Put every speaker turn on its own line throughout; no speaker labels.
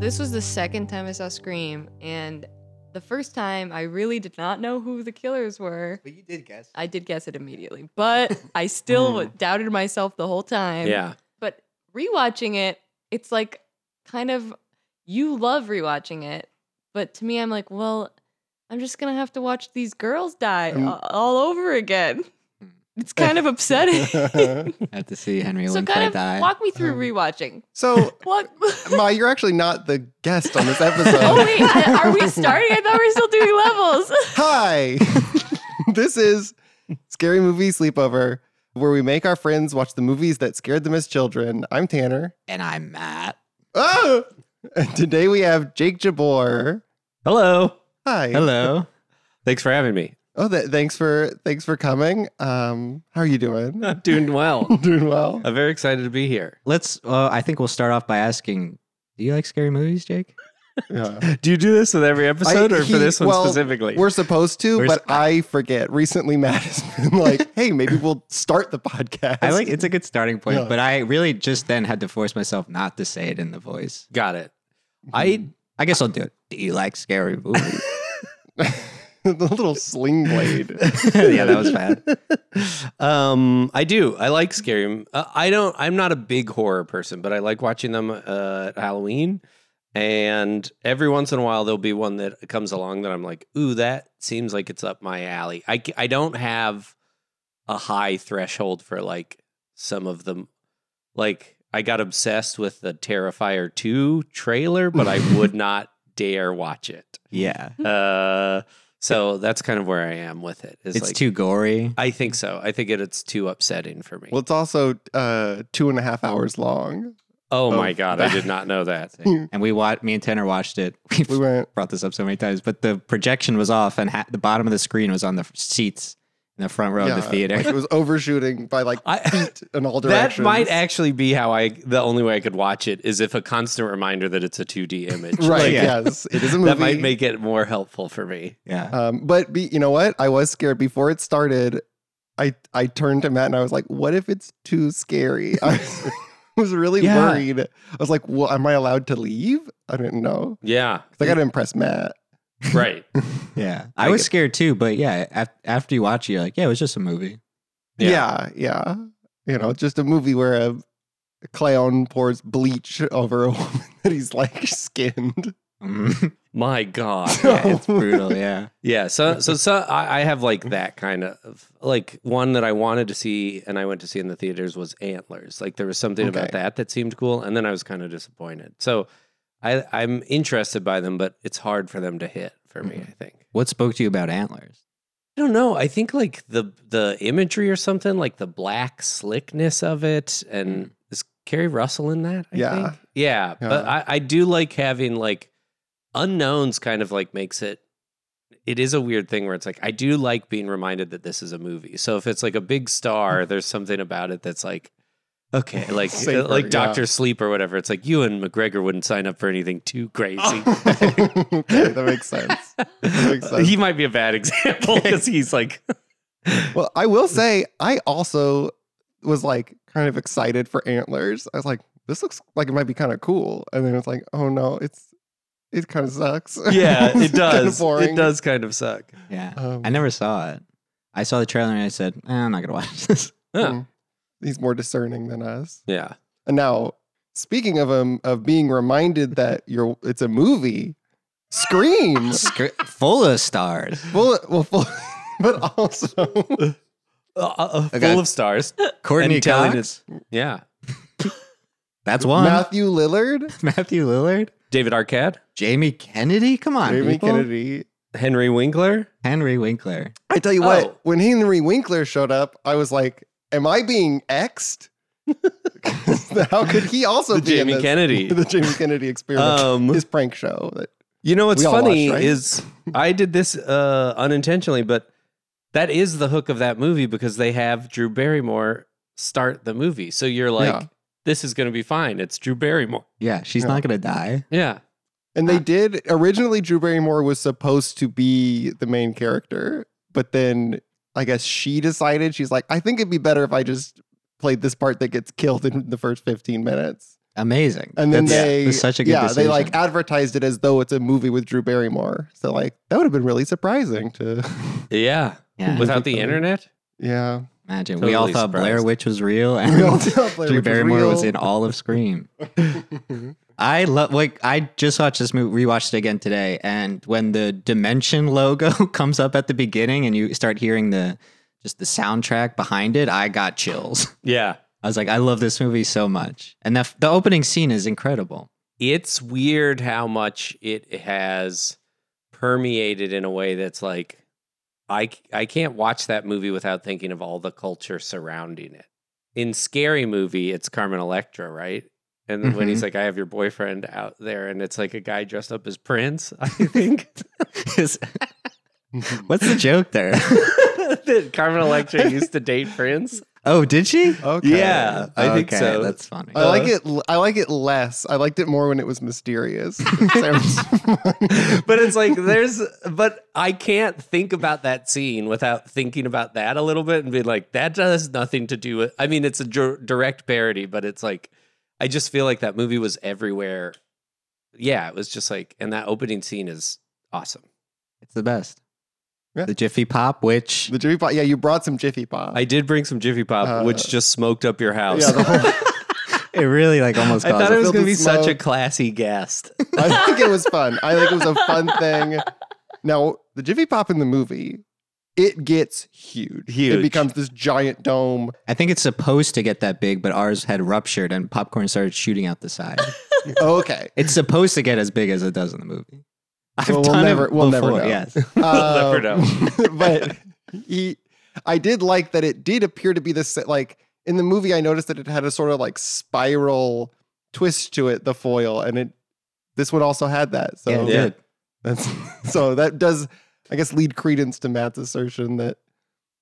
this was the second time I saw Scream, and the first time I really did not know who the killers were.
But you did guess.
I did guess it immediately, but I still doubted myself the whole time.
yeah.
But rewatching it, it's like kind of you love rewatching it, but to me, I'm like, well, I'm just gonna have to watch these girls die
Mm.
a- all over again. It's kind of upsetting.
Have to see Henry
so,
Winkler
kind of
die.
walk me through
Um,
rewatching.
so,
What?
Ma, you're actually not the guest on this episode.
oh wait, I- are we starting? I thought we were still doing levels.
Hi. this is Scary Movie Sleepover, where we make our friends watch the movies that scared them as children. I'm Tanner.
and I'm Matt.
Ah! And today we have Jake Jabor.
Hello.
Hi.
Hello.
Thanks for having me.
Oh, th- thanks for thanks for coming. Um, how are you doing?
I'm doing well.
doing well.
I'm very excited to be here.
Let's. Uh, I think we'll start off by asking, do you like scary movies, Jake?
Yeah.
Do you do this with every episode or
he-
for this one
well,
specifically?
We're supposed to,
We're
but
s-
I forget. Recently, Matt has been like, "Hey, maybe we'll start the podcast."
I like. It's a good starting point,
Yeah.
but I really just then had to force myself not to say it in the voice.
Got it. I
I guess I'll do it. Do you like scary movies?
the little sling blade.
yeah, that was bad. Mm-hmm.
um I do. I like scary. m- Uh, I don't I'm not a big horror person, but I like watching them uh, at Halloween. And every once in a while there'll be one that comes along that I'm like, "Ooh, that seems like it's up my alley." I c- I don't have a high threshold for like some of them. Like I got obsessed with the Terrifier 2 trailer, but I would not dare watch it.
Yeah,
Uh so that's kind of where I am with it.
it's, too gory.
I think so. I think it, it's too upsetting for me.
Well, it's also uh, two and a half hours long.
oh
oh,
my god, I did not know that.
And we watched. Me and Tanner watched it. We've
We went.
brought this up so many times, but the projection was off, and ha- the bottom of the screen was on the f- seats in the front row of the
yeah,
theater.
like, it was overshooting by like
I,
feet in all
that
directions.
might actually be how I. The only way I could watch it is if a constant reminder that it's a 2D image.
right.
Like,
yeah.
Yes, it is a movie.
That might make it more helpful for me.
yeah.
Um, but be, you know what? I was scared before it started. I I turned to Matt and I was like, "What if it's too scary?" I was, was really
Yeah.
worried. I was like, "Well, am I allowed to leave?" I didn't know.
Yeah.
'Cause I got to impress Matt.
Right.
Yeah,
I
I was
get-
scared too, but yeah, af- after you watch it, you're like, yeah, it was just a movie.
Yeah. yeah, You know, it's just a movie where a, a clown pours bleach over a woman that he's like skinned.
Mm.
My god.
yeah, it's brutal. Yeah,
Yeah, so so so I, I have like that kind of like one that I wanted to see and I went to see in the theaters was Antlers. Like there was something about
Okay.
that that seemed cool, and then I was kind of disappointed. So I I'm interested by them, but it's hard for them to hit for me.
Mhm.
I think
what spoke to you about antlers?
I don't know. I think like the the imagery or something, like the black slickness of it, and is Carrie Russell in that? I
Mm. Yeah.
think? yeah. But
Yeah.
I, I do like having like unknowns. Kind of like makes it. It is a weird thing where it's like I do like being reminded that this is a movie. So if it's like a big star, there's something about it that's like. Okay, like uh,
Safer,
like
yeah.
Doctor Sleep or whatever. It's like you and McGregor wouldn't sign up for anything too
Oh,
crazy.
okay, that makes sense. makes sense.
He might be a bad example because he's like
Well, I will say, I also was like kind of excited for antlers. I was like, this looks like it might be kind of cool, and then it's like, oh no, it's it kind of sucks.
Yeah,
It's
it
kinda
does.
boring.
It does kind of suck.
Yeah,
Um,
I never saw it. I saw the trailer and I said, eh, I'm not gonna watch this.
Huh.
He's more discerning than us.
Yeah.
And now, speaking of um of being reminded that you're it's a movie, Scream.
Scr- full of stars,
full, well, full, but also
Uh, uh, uh,
Okay.
Full of stars.
Courtney
And telling
Cox.
Yeah.
That's one.
Matthew Lillard,
Matthew Lillard,
David Arcad,
Jamie Kennedy. Come on,
Jamie
people.
Kennedy.
Henry Winkler.
Henry Winkler.
I tell you what,
Oh.
when Henry Winkler showed up, I was like, "Am I being exed? How could he also
The
be in
Jamie
this-
Kennedy.
the Jamie Kennedy experiment,
Um,
his prank show?" that-
You know what's
We all watched,
funny
right?
is I did this uh, unintentionally, but that is the hook of that movie because they have Drew Barrymore start the movie. So you're like,
Yeah.
this is going to be fine. It's Drew Barrymore.
Yeah, she's
Yeah.
not gonna die.
Yeah.
and
Uh,
they did originally. Drew Barrymore was supposed to be the main character, but then I guess she decided she's like, "I think it'd be better if I just played this part that gets killed in the first fifteen minutes."
amazing.
And then
That's-
they,
that's such a good
yeah, they like
decision.
advertised it as though it's a movie with Drew Barrymore. So like that would have been really surprising to,
Yeah.
Yeah.
Without the internet?
yeah.
Imagine we
Totally
all thought Blair
surprised.
Witch was real,
We all
and
thought Blair Witch
Drew
was
Barrymore was,
real.
in all of Scream.
Mhm.
I love like I just watched this movie, rewatched it again today, and when the Dimension logo comes up at the beginning and you start hearing the just the soundtrack behind it, I got chills.
Yeah.
I was like, I love this movie so much, and the the opening scene is incredible.
It's weird how much it has permeated in a way that's like, I, c- I can't watch that movie without thinking of all the culture surrounding it. In Scary Movie, it's Carmen Electra, right? And when he's like, I have your boyfriend out there, and it's like a guy dressed up as Prince, I think.
Is- What's the joke there?
that Carmen Electra used to date Prince.
Oh, did she? Uh,
okay.
Yeah, I think
Okay,
so.
That's funny.
I like it. l- I like it less. I liked it more when it was mysterious.
but it's like there's but I can't think about that scene without thinking about that a little bit and be like that has nothing to do with I mean it's a dir- direct parody but it's like I just feel like that movie was everywhere. Yeah, it was just like and that opening scene is awesome.
It's the best.
Yeah.
The Jiffy Pop, which
the Jiffy Pop. Yeah, you brought some Jiffy Pop.
I did bring some Jiffy Pop
Uh,
which just smoked up your house.
yeah, the whole,
it really like almost
I
caused
thought it was
Filled
going to
with
be such a
smoke.
classy guest.
I think it was fun. I think it was a fun thing. Now, the Jiffy Pop in the movie, it gets huge.
Huge.
It becomes this giant dome.
I think it's supposed to get that big, but ours had ruptured and popcorn started shooting out the side.
Okay.
it's supposed to get as big as it does in the movie. I've
Well, we'll
done
never-
it
we'll never
before.
know.
Yes,
never
um, but he, I did like that it did appear to be this, like, in the movie, I noticed that it had a sort of like spiral twist to it, the foil, and it, this one also had that. So,
yeah, it
Yeah.
did.
That's so that does, I guess, lead credence to Matt's assertion that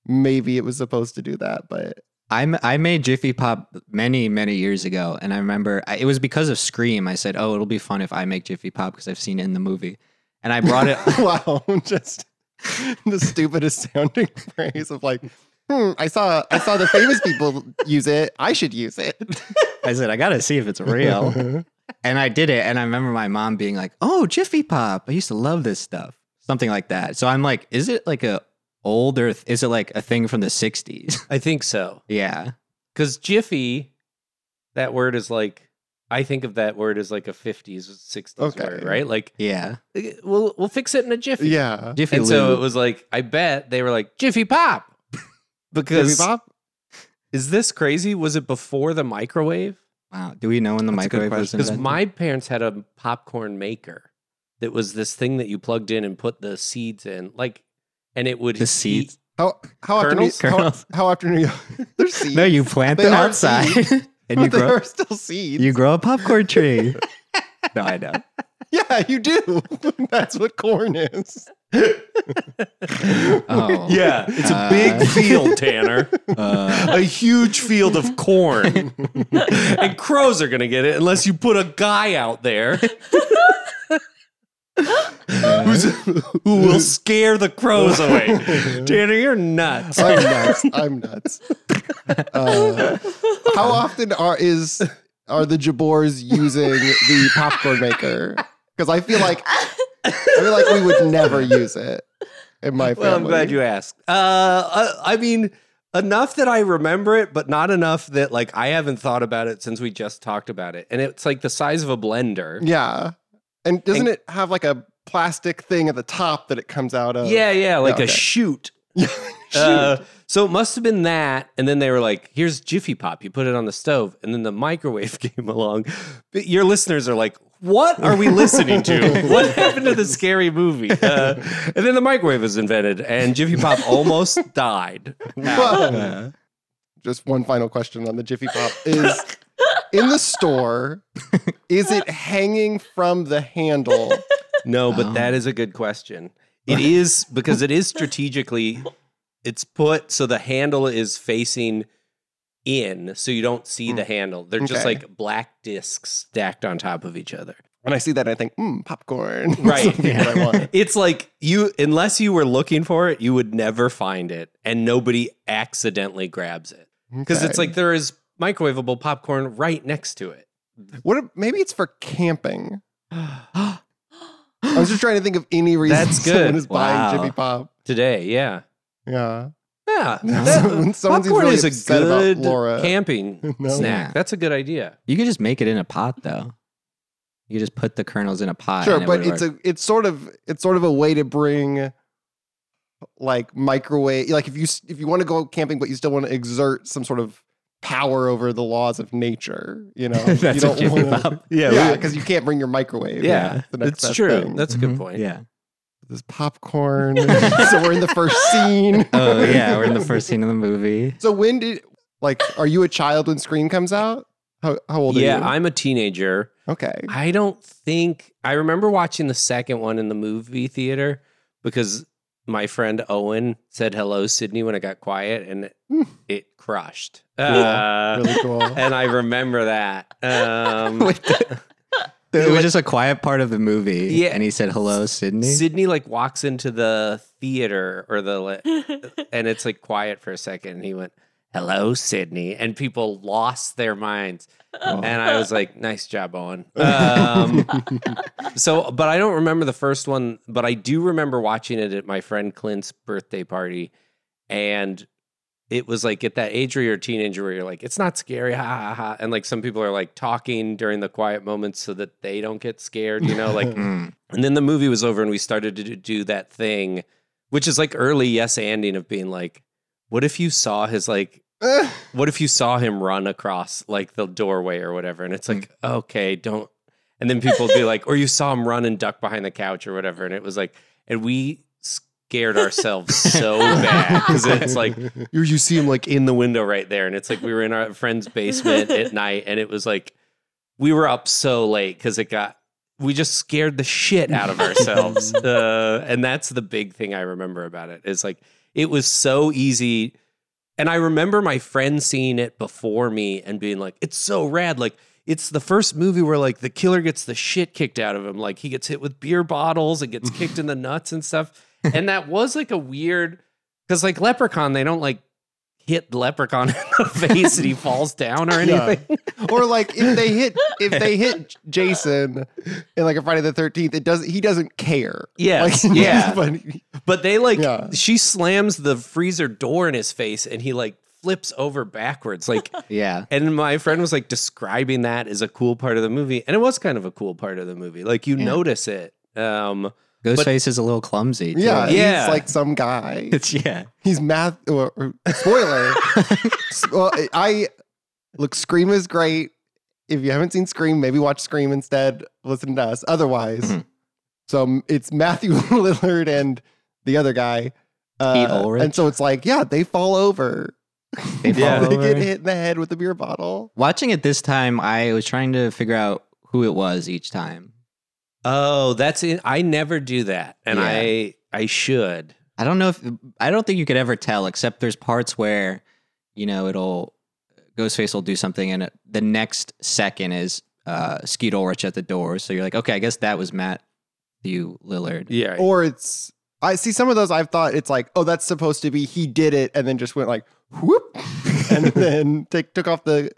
maybe it was supposed to do that, but
I m- I made Jiffy Pop many many years ago, and I remember I, it was because of Scream. I said, "Oh, it'll be fun if I make Jiffy Pop because I've seen it in the movie," and I brought it.
wow, just the stupidest sounding phrase of like, hmm, I saw I saw the famous people use it. I should use it.
I said, "I gotta see if it's real." and I did it. And I remember my mom being like, "Oh, Jiffy Pop! I used to love this stuff." Something like that. So I'm like, "Is it like a older? Th- is it like a thing from the '60s?"
I think so.
yeah,
Because Jiffy, that word is like, I think of that word as like a 50s, 60s
Okay.
word, right? Like,
yeah.
eh, we'll, we'll fix it in a Jiffy.
yeah.
Jiffy
And so it
Lube.
was like, I bet they were like, Jiffy Pop.
Jimmy
Because
Bob?
is this crazy? Was it before the microwave?
wow. Do we know when the
That's a good
microwave was
question.
Because
invented?
my parents had a popcorn maker that was this thing that you plugged in and put the seeds in, like, and it would
the
heat-
seeds.
How how often you,
Kernels?
how,
Kernels.
how often are you there's seeds?
No, you plant
They
them
are
outside, and you
but there
grow
are still seeds.
you grow a popcorn tree. no, I know.
yeah, you do. That's what corn is.
Oh,
Yeah, it's a
Uh.
big field, Tanner.
Uh,
a huge field of corn. and crows are going to get it unless you put a guy out there who's, who will scare the crows away. Tanner, you're nuts.
I'm nuts. I'm nuts. Uh, how often are is are the Jabors using the popcorn maker? Because I feel like I feel like we would never use it in my family.
Well, I'm glad you asked. Uh, I, I mean, enough that I remember it, but not enough that like I haven't thought about it since we just talked about it. And it's like the size of a blender.
Yeah, and doesn't it have like a plastic thing at the top that it comes out of?
Yeah, yeah, like
okay.
a chute.
Shoot.
Uh, so it must have been that. And then they were like, here's Jiffy Pop. You put it on the stove. And then the microwave came along. But your listeners are like, what are we listening to? what happened to the scary movie? Uh, and then the microwave was invented, and Jiffy Pop almost died.
Whoa.
uh,
just one final question on the Jiffy Pop is in the store, is it hanging from the handle?
No, but
Oh.
that is a good question. It is because it is strategically, it's put so the handle is facing in, so you don't see the handle. They're just
Hmm. Okay.
like black discs stacked on top of each other.
When I see that, I think, mm, popcorn.
Right.
Something that I want.
It's like you, unless you were looking for it, you would never find it, and nobody accidentally grabs it because it's
Okay.
like there is microwavable popcorn right next to it.
What? If, maybe it's for camping. I was just trying to think of any reason
That's
someone
good.
is buying
Wow.
Jiffy Pop.
Today, yeah.
Yeah.
Yeah.
No.
that-
Someone- someone seems
popcorn
really
is a
upset about
good
Laura.
camping
No.
snack.
Yeah.
That's a good idea.
You could just make it in a pot, though. You could just put the kernels in a pot.
sure,
and it
but
would
it's
work.
a it's sort of it's sort of a way to bring like microwave like if you s- if you want to go camping but you still want to exert some sort of power over the laws of nature, you know.
That's
you
a Jiffy Pop.
Yeah,
we-
cuz you can't bring your microwave.
Yeah,
That's the next
that's
best
true.
thing.
That's a good
Mhm.
point.
Yeah.
this popcorn. so we're in the first scene.
Oh yeah, we're in the first scene of the movie.
So when did like are you a child when Scream comes out? How how old
yeah,
are you?
I'm a teenager.
okay.
I don't think I remember watching the second one in the movie theater because my friend Owen said hello Sydney when it got quiet and
Hmm.
it crushed. Uh,
really cool.
And I remember that. Um,
Wait, It was just a quiet part of the movie.
Yeah.
And he said, "Hello, Sydney."
Sydney like walks into the theater or the like, and it's like quiet for a second and he went hello sydney and people lost their minds
Oh.
and i was like nice job owen um, so but i don't remember the first one but i do remember watching it at my friend clint's birthday party and it was like at that age where you're a teenager where you're like it's not scary ha ha ha and like some people are like talking during the quiet moments so that they don't get scared you know like
Mm.
and then the movie was over, and we started to do that thing, which is like early yes anding of being like, what if you saw his like, what if you saw him run across like the doorway or whatever? And it's like, okay, don't. And then people would be like, or you saw him run and duck behind the couch or whatever. And it was like, and we scared ourselves so bad because it's like, you, you see him like in the window right there. And it's like we were in our friend's basement at night and it was like we were up so late because it got we just scared the shit out of ourselves. uh, and that's the big thing I remember about it is like it was so easy. And I remember my friend seeing it before me and being like, it's so rad. Like it's the first movie where like the killer gets the shit kicked out of him. Like he gets hit with beer bottles and gets kicked in the nuts and stuff. And that was like a weird because like leprechaun, they don't like hit the leprechaun in the face and he falls down or
Yeah.
anything.
or like if they hit if they hit Jason in like a Friday the Thirteenth, it doesn't he doesn't care.
Yes,
Like,
yeah.
but
But they like
Yeah.
she slams the freezer door in his face and he like flips over backwards. Like
Yeah.
and my friend was like describing that as a cool part of the movie. And it was kind of a cool part of the movie. Like you
Yeah.
notice it. Um
Ghostface is a little clumsy. too.
yeah,
Yeah.
he's like some guy.
It's yeah.
He's math. Or, or- spoiler. S- well, I look. Scream is great. If you haven't seen Scream, maybe watch Scream instead. Listen to us. Otherwise,
Mhm.
so m- it's Matthew Lillard and the other guy. Uh,
Ulrich?
and so it's like, yeah, they fall over.
They fall
Yeah.
they
over.
get hit in the head with a beer bottle.
Watching it this time, I was trying to figure out who it was each time.
oh that's it. I never do that. And
Yeah.
I I should.
I don't know if I don't think you could ever tell, except there's parts where, you know, it'll Ghostface will do something, and it, the next second is uh, Skeet Ulrich at the door. So you're like, okay, I guess that was Matt, you Lillard.
Yeah.
Or it's I see some of those I've thought it's like, oh, that's supposed to be he did it and then just went like whoop and then take took off the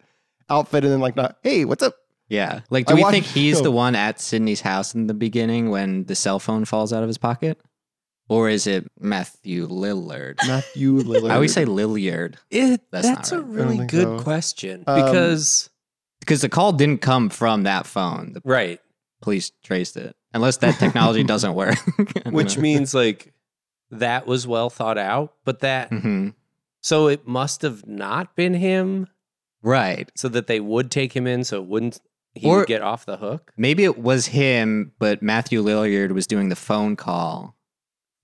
outfit and then like not, hey, what's up?
Yeah, like, do
I
we
watched-
think he's the one at Sydney's house in the beginning when the cell phone falls out of his pocket, or is it Matthew Lillard?
Matthew Lillard.
I always say Lilliard
It,
That's
that's
not
a
right.
I don't
really
think so.
good question.
Um,
Because
because the call didn't come from that phone. The
right.
police traced it, unless that technology doesn't work.
Which means like that was well thought out, but that
hmm
so it must have not been him.
right?
so that they would take him in so it wouldn't he
Or-
would get off the hook
Maybe it was him, but Matthew Lilliard was doing the phone call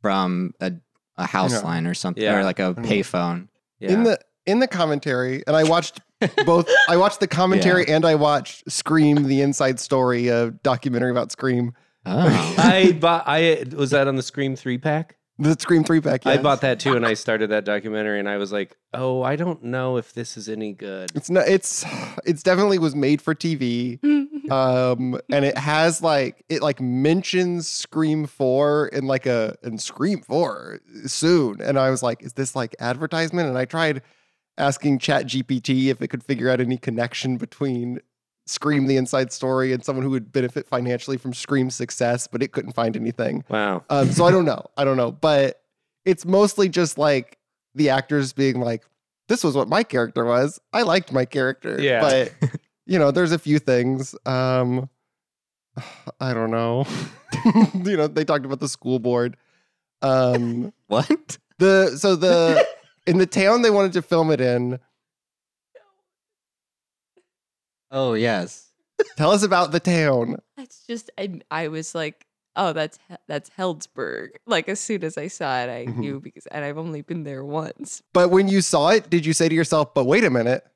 from a, a house
Yeah.
line or something,
Yeah.
or like a
don't know.
payphone.
yeah
in the in the commentary, and I watched both I watched the commentary and I watched Scream, the inside story of documentary about Scream.
Oh,
i bought i was that on the scream three pack
The Scream three pack.
i
yes.
bought that too and i started that documentary and i was like oh i don't know if this is any good
It's not it's it's definitely was made for TV. um and it has like it like mentions scream 4 in like a and scream 4 soon and i was like is this like advertisement and i tried asking chat gpt if it could figure out any connection between Scream the Inside Story and someone who would benefit financially from Scream's success, but it couldn't find anything.
Wow.
Um, so I don't know. I don't know. But it's mostly just like the actors being like, this was what my character was. I liked my character.
Yeah.
But, you know, there's a few things. Um, I don't know. you know, they talked about the school board. Um,
What?
the so the in the town they wanted to film it in.
Oh yes.
Tell us about the town.
That's just I, I was like, oh, that's He- that's Heldsburg. Like as soon as I saw it, I
Mhm.
knew because and I've only been there once.
But when you saw it, did you say to yourself, "But wait a minute,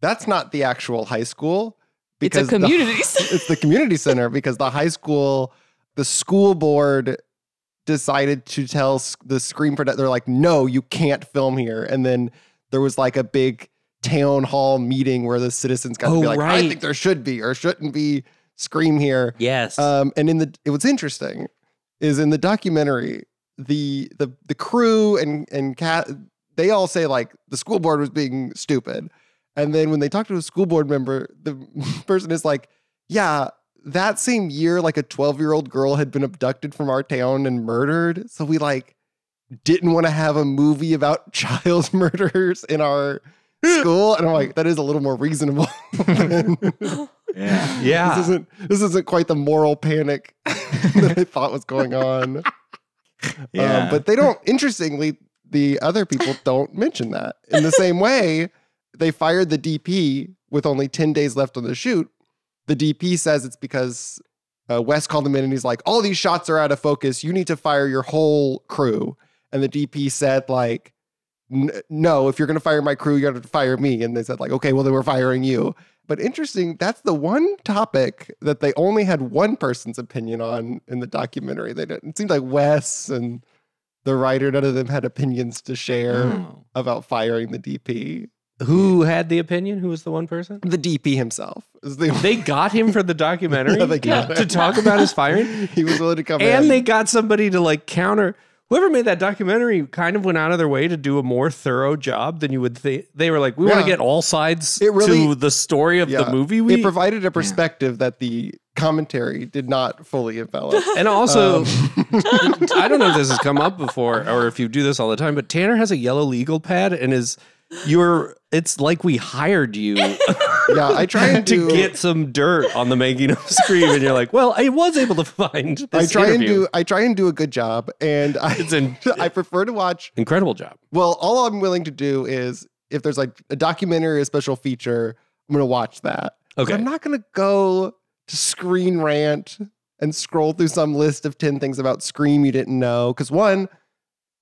that's not the actual high school"?
It's a
the-
community center.
it's the community center because the high school, the school board decided to tell s- the screen product. They're like, "No, you can't film here." And then there was like a big town hall meeting where the citizens got to
Oh,
be like, "I
right.
think there should be or shouldn't be scream here."
Yes.
Um, and in the it was interesting is in the documentary the the the crew and and cat they all say like the school board was being stupid, and then when they talk to a school board member, the person is like, yeah. That same year, like a 12 year old girl had been abducted from our town and murdered. So we like didn't want to have a movie about child murders in our school. And I'm like, that is a little more reasonable than
Yeah.
yeah.
this isn't this isn't quite the moral panic that I thought was going on. Um,
Yeah.
but they don't. Interestingly, the other people don't mention that. In the same way, they fired the DP with only ten days left on the shoot. The DP says it's because uh, Wes called him in and he's like, "All these shots are out of focus. You need to fire your whole crew." And the DP said like. "N- No, if you're going to fire my crew, you got to fire me. And they said, like, okay, well, then we're firing you. But interesting, that's the one topic that they only had one person's opinion on in the documentary. They didn't, it seemed like Wes and the writer, none of them had opinions to share
Hmm.
Oh.
about firing the DP.
Who had the opinion? Who was the one person?
The DP himself is the
They got him for the documentary
Yeah, they got
to
him.
talk about his firing.
he was willing to come in.
and they got somebody to like counter. Whoever made that documentary kind of went out of their way to do a more thorough job than you would think. They were like, we want
Yeah.
to get all sides
It really-
to the story of
yeah.
the movie. We
it provided a perspective that the commentary did not fully envelop.
And
Um,
also, I don't know if this has come up before or if you do this all the time, but Tanner has a yellow legal pad and is you're it's like we hired you
yeah, I try and do,
to get some dirt on the making of Scream and you're like, well, I was able to find this
I try
interview.
and do I try and do a good job, and I
It's an
I prefer to watch
incredible job.
Well, all I'm willing to do is if there's like a documentary or a special feature, I'm gonna watch that. But
Okay.
I'm not gonna go to Screen Rant and scroll through some list of 10 things about Scream you didn't know. Cause one,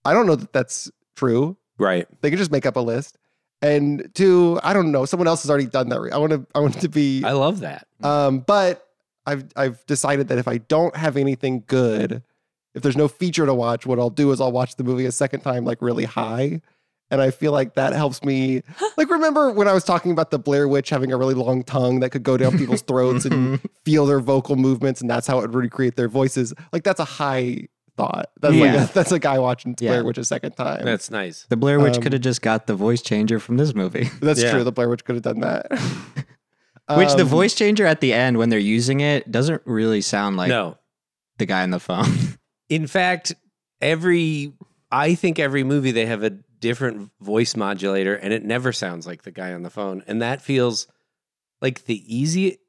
I don't know that that's true.
Right.
They could just make up a list. And two, I don't know. Someone else has already done that. I want to. I want it to be.
I love that.
Mm-hmm.
Um, but I've I've decided that if I don't have anything good, if there's no feature to watch, what I'll do is I'll watch the movie a second time, like really high. And I feel like that helps me. Like, remember when I was talking about the Blair Witch having a really long tongue that could go down people's throats and
Mm-hmm.
feel their vocal movements, and that's how it would recreate their voices? Like, that's a high thought. That's
Yeah.
like a, that's a guy watching
Yeah.
Blair Witch a second time. That's,
That's nice.
The Blair Witch
Um,
could have just got the voice changer from this movie.
Yeah.
true. The Blair Witch could have done that.
Which the
Um,
voice changer at the end when they're using it doesn't really sound like
no.
the guy on the phone.
In fact, every I think every movie they have a different voice modulator and it never sounds like the guy on the phone. And that feels like the easy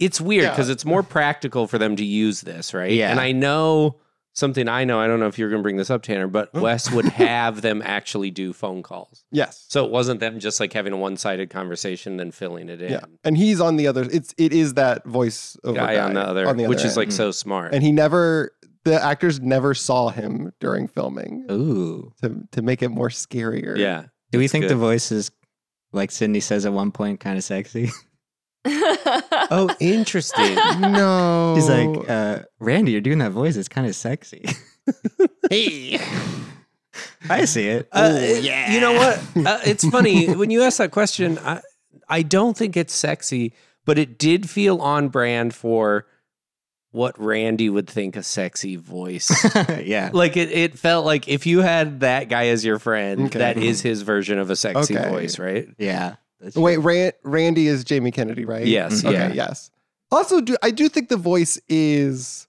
it's weird
Yeah.
because it's more practical for them to use this, right?
Yeah.
And I know something I know, I don't know if you're gonna bring this up, Tanner, but Wes would have them actually do phone calls.
Yes.
So it wasn't them just like having a one sided conversation and then filling it in.
Yeah, and he's on the other. It's it is that voice over
Guy on the other, which is like
end.
so smart.
and he never the actors never saw him during filming
Ooh.
to to make it more scarier.
yeah.
Do we
That's
think
good.
the voice is like Cindy says at one point kind of sexy?
Oh, interesting.
no,
He's like, uh, Randy, you're doing that voice. It's kind of sexy.
hey.
I see it.
Uh,
Ooh,
yeah. You know what? Uh, it's funny when you ask that question. I I don't think it's sexy, but it did feel on brand for what Randy would think a sexy voice.
yeah.
like it, it felt like if you had that guy as your friend,
Okay.
that is his version of a sexy
Okay.
voice, right?
Yeah. That's
Wait, Ran- Randy is Jamie Kennedy, right? Mm-hmm.
Yes.
Okay.
Yeah.
Yes. Also, do I do think the voice is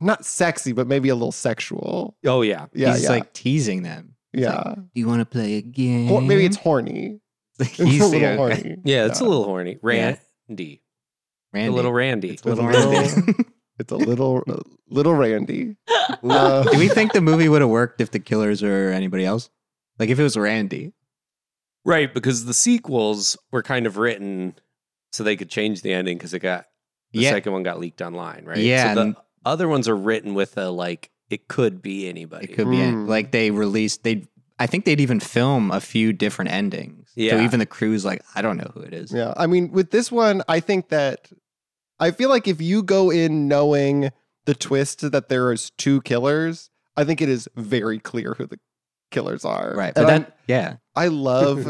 not sexy, but maybe a little sexual.
Oh yeah.
Yeah.
he's
yeah.
like teasing them. He's
yeah.
like, Do you want to play a game?
Hor- maybe it's horny. It's
he's
a little
the-
horny.
Yeah, it's a little horny. Randy.
Randy.
A little Randy.
It's a little
It's a little-
Randy.
It's a little, a little Randy. Uh,
Do we think the movie would have worked if the killers were anybody else? Like if it was Randy?
Right, because the sequels were kind of written so they could change the ending because it got the
Yeah.
second one got leaked online, right?
Yeah,
So the
and-
other ones are written with a like it could be anybody.
It could be
Mm.
like they released they I think they'd even film a few different endings. So
Yeah.
even the crew's like, I don't know who it is.
Yeah. I mean, with this one, I think that I feel like if you go in knowing the twist that there is two killers, I think it is very clear who the killers are.
Right.
And
But
I'm-
that yeah.
I love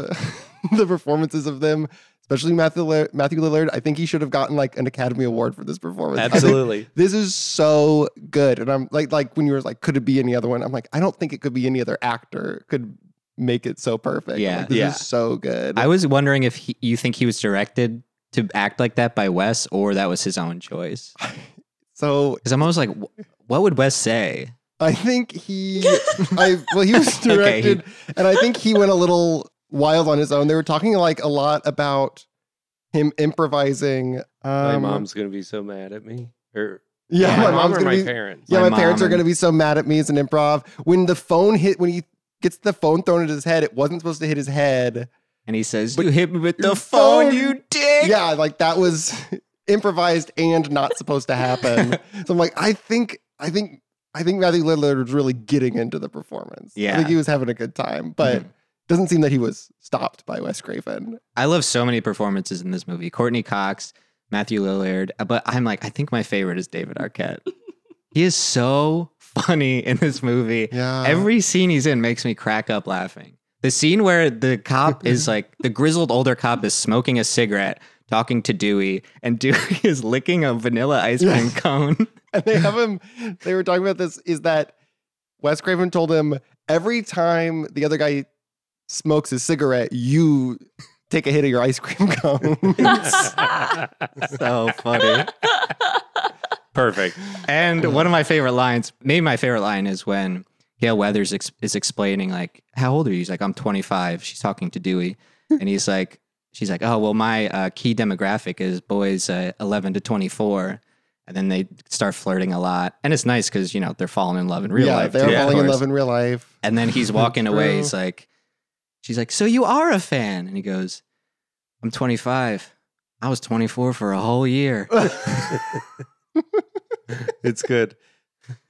the performances of them, especially Matthew Lillard, Matthew Lillard. I think he should have gotten like an Academy Award for this performance. I think
Absolutely.
This is so good. And I'm like, like when you were like, could it be any other one? I'm like, I don't think it could be any other actor could make it so perfect.
Yeah.
Like, this
Yeah.
is so good.
I was wondering if he, you think he was directed to act like that by Wes or that was his own choice.
so
Because I'm always like, wh- what would Wes say?
I think he, I well, he was
Okay, he-
directed, and I think he went a little wild on his own. They were talking like a lot about him improvising.
my
Um,
mom's gonna be so mad at me. Or
Yeah,
my, mom or
gonna
my
be-
parents.
Yeah,
My
my, parents
mom
are going to
and-
be so mad at me as an improv. When the phone hit, when he gets the phone thrown at his head, it wasn't supposed to hit his head.
And he says, You hit me with the
Your
phone,
phone.
you dick.
Yeah, like that was improvised and not supposed to happen. so I'm like, I think, I think, I think Matthew Lillard was really getting into the performance. I
Yeah.
think he was having a good time, but
Mhm.
doesn't seem that he was stopped by Wes Craven.
I love so many performances in this movie. Courtney Cox, Matthew Lillard, uh, but I'm like, I think my favorite is David Arquette. he is so funny in this movie.
Yeah,
Every scene he's in makes me crack up laughing. The scene where the cop is like the grizzled older cop is smoking a cigarette, talking to Dewey, and Dewey is licking a vanilla ice cream
Yeah.
cone.
and they have him. They were talking about this. Is that Wes Craven told him every time the other guy smokes a cigarette, you take a hit of your ice cream cone.
so funny.
Perfect.
Oh,
And one of my favorite lines, maybe my favorite line is when Gail Weathers ex- is explaining, like, how old are you? He's like, I'm 25. She's talking to Dewey.
Hmm.
And he's like, she's like, oh, well, my uh, key demographic is boys uh, 11 to 24. And then they start flirting a lot. And it's nice because, you know, they're falling in love in real
yeah,
life.
they're
too, of
falling in
course.
love in real life.
And then he's walking away.
True.
He's like, she's like, so you are a fan. And he goes, I'm 25. I was 24 for a whole year.
It's good.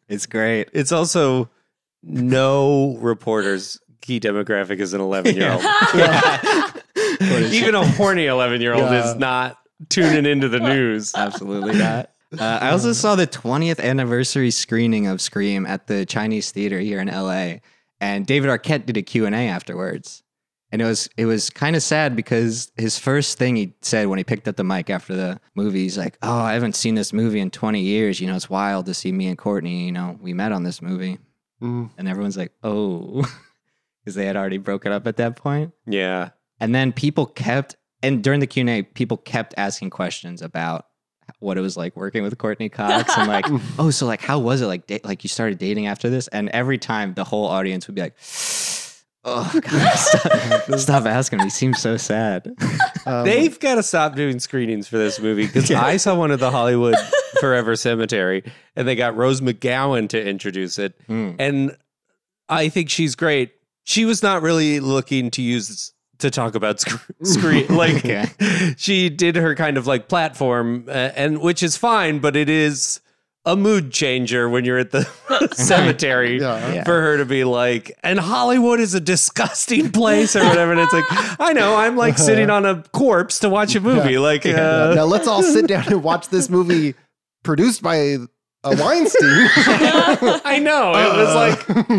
It's great.
It's also no reporters key demographic is an eleven year old. Even a horny eleven year old
Yeah.
is not tuning into the news.
Absolutely not. Uh, I also saw the 20th anniversary screening of Scream at the Chinese Theater here in LA, and David Arquette did a Q&A afterwards. And it was it was kind of sad because his first thing he said when he picked up the mic after the movie, he's like, "Oh, I haven't seen this movie in 20 years. You know, it's wild to see me and Courtney. You know, we met on this movie."
Mm.
And everyone's like, "Oh," because they had already broken up at that point.
Yeah.
And then people kept and during the Q&A, people kept asking questions about what it was like working with Courtney Cox and like, "Oh, so like how was it like da- like you started dating after this?" And every time the whole audience would be like, "Oh god, stop, stop asking me. Seems so sad."
Um,
They've got to stop doing screenings for this movie because
Yeah.
I saw one at the Hollywood Forever Cemetery and they got Rose McGowan to introduce it.
Mm.
And I think she's great. She was not really looking to use to talk about sc- screen. Like
Okay.
she did her kind of like platform, uh, and which is fine, but it is a mood changer when you're at the cemetery
Yeah.
Yeah.
for her to be like, and Hollywood is a disgusting place or whatever. And it's like, I know, I'm like sitting on a corpse to watch a movie. Like,
Uh-huh. Yeah.
uh,
now let's all sit down and watch this movie produced by a Weinstein.
I know. It
Uh-huh.
Uh,
was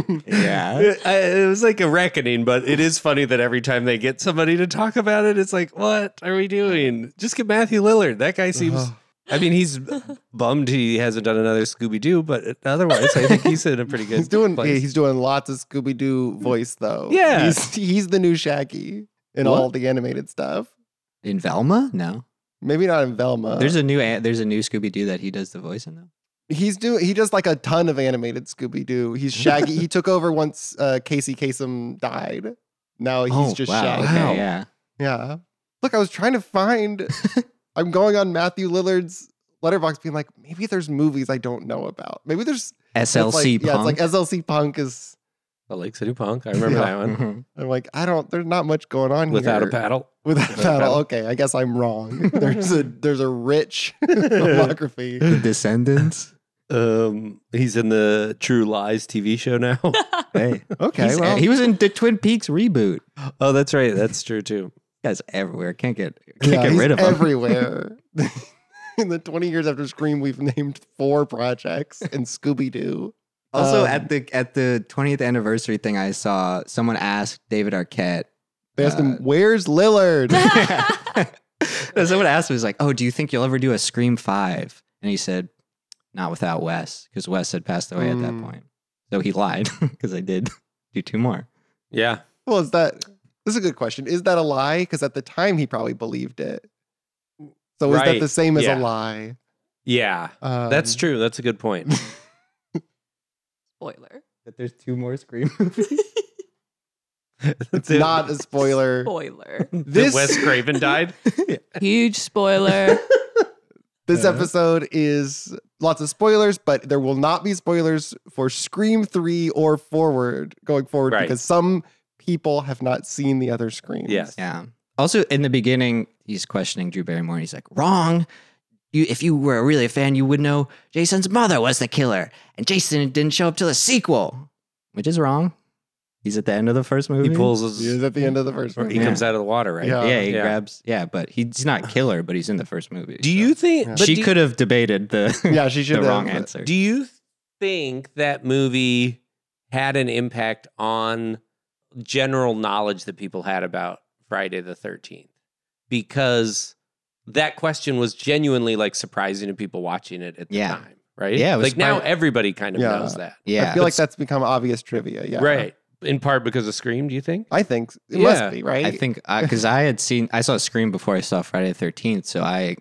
like,
Yeah.
it, I- it was like a reckoning, but it is funny that every time they get somebody to talk about it, it's like, what are we doing? Just get Matthew Lillard. That guy
Uh-huh.
seems. I mean, he's bummed he hasn't done another Scooby Doo, but otherwise, I think he's in a pretty good.
he's doing
place.
he's doing lots of Scooby Doo voice though.
Yeah.
he's, he's the new Shaggy. in
What?
all the animated stuff.
In Velma? No.
Maybe not in Velma.
there's a new a- there's a new Scooby Doo that he does the voice in though.
he's doing he does like a ton of animated Scooby Doo. He's Shaggy. he took over once uh, Casey Kasem died. Now Oh, he's just
Oh, wow.
Shaggy.
Okay, yeah.
Yeah. Look, I was trying to find. I'm going on Matthew Lillard's letterbox, being like, maybe there's movies I don't know about. Maybe there's it's
SLC
like, Yeah, it's
Punk.
like SLC Punk is.
I like City Punk. I remember
Yeah.
that one.
Mhm.
I'm like, I don't. There's not much going on
Without
here.
a paddle.
Without a
Without a
paddle.
paddle.
Okay, I guess I'm wrong. There's a there's a rich filmography.
The Descendants.
Um, he's in the True Lies TV show now.
Hey.
Okay,
He's-
well,
he was in the Twin Peaks reboot.
oh, that's right. That's true too.
Guy's everywhere. Can't get can't
yeah,
get
he's
rid of him.
everywhere. In the 20 years after Scream, we've named four projects and Scooby Doo.
Also,
Um,
at the at the 20th anniversary thing, I saw someone asked David Arquette.
They asked him,
Uh,
"Where's Lillard?"
No, someone asked him, was like, "Oh, do you think you'll ever do a Scream 5? And he said, "Not without Wes, because Wes had passed away at
Mm.
that point." So he lied because I did do two more.
Yeah.
Well, is that this is a good question? Is that a lie? Because at the time he probably believed it. So is that
Right,
the same as a
yeah.
lie?
Yeah.
Um,
That's true. That's a good point.
Spoiler.
That there's two more Scream movies.
It's not a spoiler.
Spoiler.
This
This Wes Craven died.
Huge spoiler.
this
Uh.
episode is lots of spoilers, but there will not be spoilers for Scream three or forward going forward
Right.
because some people have not seen the other Screams.
Yes.
yeah. Also, in the beginning, he's questioning Drew Barrymore. And he's like, "Wrong. You, if you were really a fan, you would know Jason's mother was the killer, and Jason didn't show up till the sequel, which is wrong. He's at the end of the first movie.
He pulls his.
He is at the end of the first
or
one.
he comes out of the water, right?
Yeah.
yeah, he
Yeah.
grabs. Yeah, but he's not killer, but he's in the first movie.
Do
so.
you think?
Yeah.
but
she
do-
could have debated the,
Yeah, she
the
should
wrong
have.
answer.
Do you think that movie had an impact on general knowledge that people had about Friday the 13th? Because that question was genuinely like surprising to people watching it at the
Yeah.
time, right?
Yeah, it was
like now
surpri-
everybody kind of
Yeah.
knows that.
yeah,
I feel like
But-
that's become obvious trivia. Yeah,
Right. In part because of Scream, do you think?
I think it
Yeah.
must be right.
I think because I had seen I saw Scream before I saw Friday the Thirteenth, so I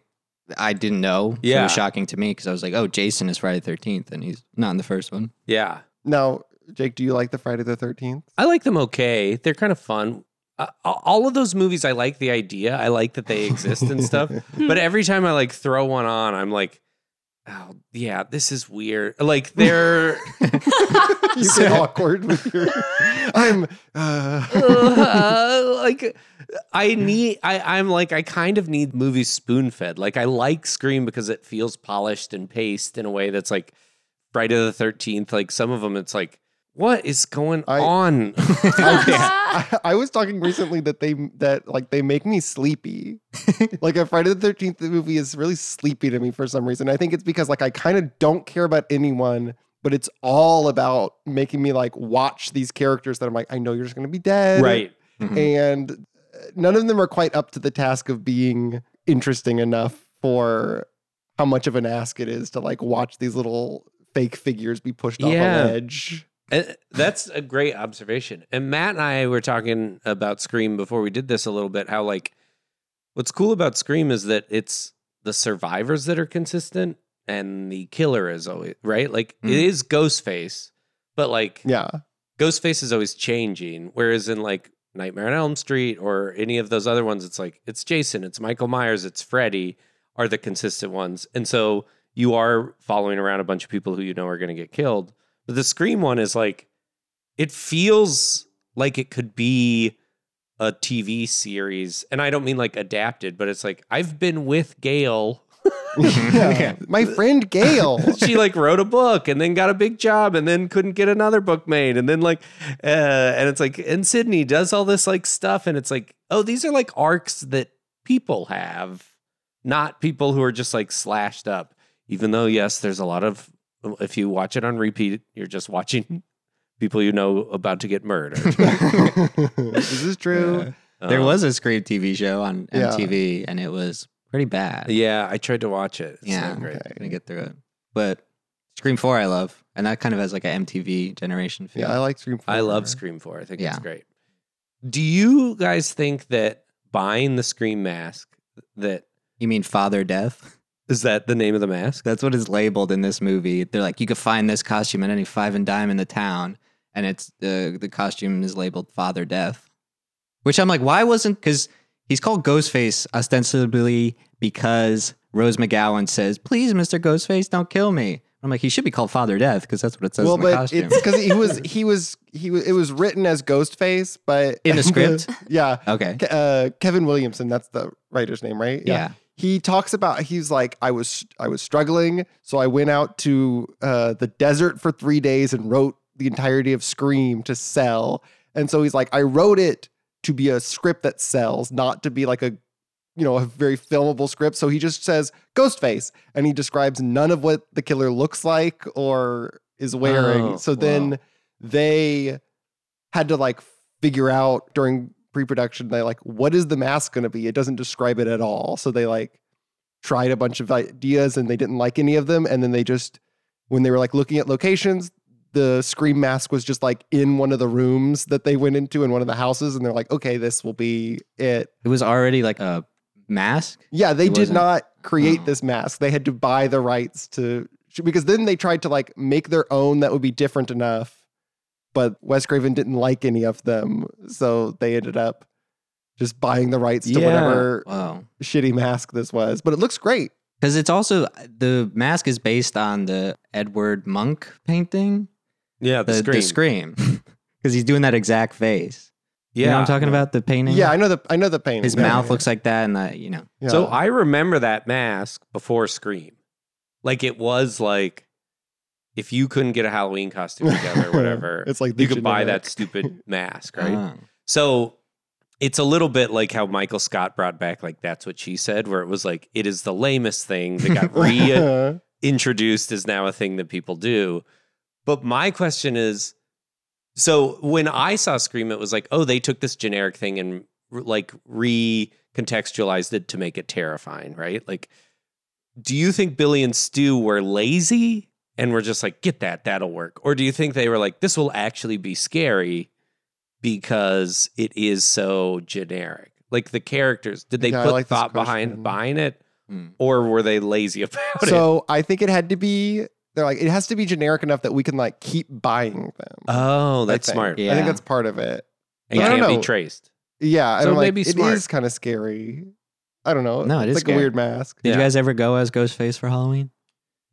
I didn't know. So it
Yeah.
was shocking to me because I was like, oh, Jason is Friday the Thirteenth, and he's not in the first one.
Yeah.
Now, Jake, do you like the Friday the Thirteenth?
I like them okay. They're kind of fun. Uh, all of those movies, I like the idea. I like that they exist and stuff. but every time I like throw one on, I'm like, oh yeah, this is weird. Like they're
you get awkward with your. I'm. Uh,
uh, like I need I I'm like I kind of need movies spoon fed. Like I like Scream because it feels polished and paced in a way that's like Friday the Thirteenth. Like some of them, it's like what is going
I-
on?
I, I was talking recently that they that like they make me sleepy. like a Friday the Thirteenth movie is really sleepy to me for some reason. I think it's because like I kind of don't care about anyone. But it's all about making me like watch these characters that I'm like, I know you're just gonna be dead,
right.
Mm-hmm.
Mm.
and none of them are quite up to the task of being interesting enough for how much of an ask it is to like watch these little fake figures be pushed
Yeah.
off a ledge.
And Uh, that's a great observation. And Matt and I were talking about Scream before we did this a little bit. How like what's cool about Scream is that it's the survivors that are consistent, and the killer is always right. Like
Mm.
it is Ghostface, but like
Yeah.
Ghostface is always changing. Whereas in like Nightmare on Elm Street or any of those other ones, it's like it's Jason, it's Michael Myers, it's Freddy are the consistent ones. And so you are following around a bunch of people who you know are going to get killed. But the Scream one is like, it feels like it could be a TV series. And I don't mean like adapted, but it's like, I've been with Gail.
Yeah. My friend Gail.
she like wrote a book and then got a big job and then couldn't get another book made and then like uh, and it's like and sydney does all this like stuff and it's like oh these are like arcs that people have not people who are just like slashed up even though yes there's a lot of if you watch it on repeat you're just watching people you know about to get murdered
this is true.
There
Um,
was a Scream TV show on
Yeah.
MTV, and it was pretty bad.
yeah i tried to watch it it's
Yeah.
not great
I'm gonna get through it, but Scream Four I love, and that kind of has like a MTV generation feel.
Yeah, I like Scream.
i love
four.
scream 4 i think
Yeah.
it's great Do you guys think that buying the Scream mask that
You mean Father Death?
is that the name of the mask?
That's what is labeled in this movie. They're like, you could find this costume at any five and dime in the town, and it's the the costume is labeled Father Death, which I'm like, why wasn't? Because he's called Ghostface ostensibly because Rose McGowan says, "Please, Mister Ghostface, don't kill me." I'm like, he should be called Father Death because that's what it says
well,
in the
but
costume.
it's because he was he was he was, it was written as Ghostface, but
In the script?
yeah,
okay,
Ke- uh, Kevin Williamson, that's the writer's name, right?
yeah.
he talks about he's like I was I was struggling, so I went out to uh, the desert for three days and wrote the entirety of Scream to sell. And so he's like, I wrote it to be a script that sells, not to be like a you know a very filmable script. So he just says Ghostface, and he describes none of what the killer looks like or is wearing.
Oh,
so then
wow.
they had to like figure out during pre-production they like what is the mask going to be it doesn't describe it at all so they like tried a bunch of ideas and they didn't like any of them and then they just when they were like looking at locations the scream mask was just like in one of the rooms that they went into in one of the houses and they're like okay this will be it
It was already like a mask.
yeah, they
It
did
wasn't-
not create
Oh.
this mask. They had to buy the rights to because then they tried to like make their own that would be different enough, but Wes Craven didn't like any of them, so they ended up just buying the rights to
Yeah.
whatever
Wow.
shitty mask this was. But it looks great.
Because it's also the mask is based on the Edward Monk painting,
Yeah,
the, the scream, because he's doing that exact face.
Yeah,
you know what I'm talking about the painting.
Yeah, I know the I know the painting.
his
Yeah.
mouth looks like that, and that you know,
Yeah.
So I remember that mask before Scream. Like it was like if you couldn't get a Halloween costume together or whatever,
It's like the
you could buy
generic.
that stupid mask, right?
Ah.
So it's a little bit like how Michael Scott brought back like that's what she said, where it was like it is the lamest thing that got re introduced is now a thing that people do. But my question is so when I saw Scream, it was like, oh, they took this generic thing and like recontextualized it to make it terrifying, right? Like, do you think Billy and Stu were lazy and were just like, get that, that'll work? Or do you think they were like, this will actually be scary because it is so generic? Like the characters, did they
Yeah, I
put
like this
thought behind
question.
buying it?
Hmm.
Or were they lazy about it?
so I think it had to be they're like it has to be generic enough that we can like keep buying them.
Oh,
I
that's
think.
smart.
Yeah.
I think that's part of it.
It
I don't
can't
know.
be traced.
Yeah, I
So
don't like,
maybe
it
smart.
is kind of scary. I don't know.
No, it
it's
is
like
scary.
a weird mask.
Did
Yeah.
you guys ever go as Ghostface for Halloween?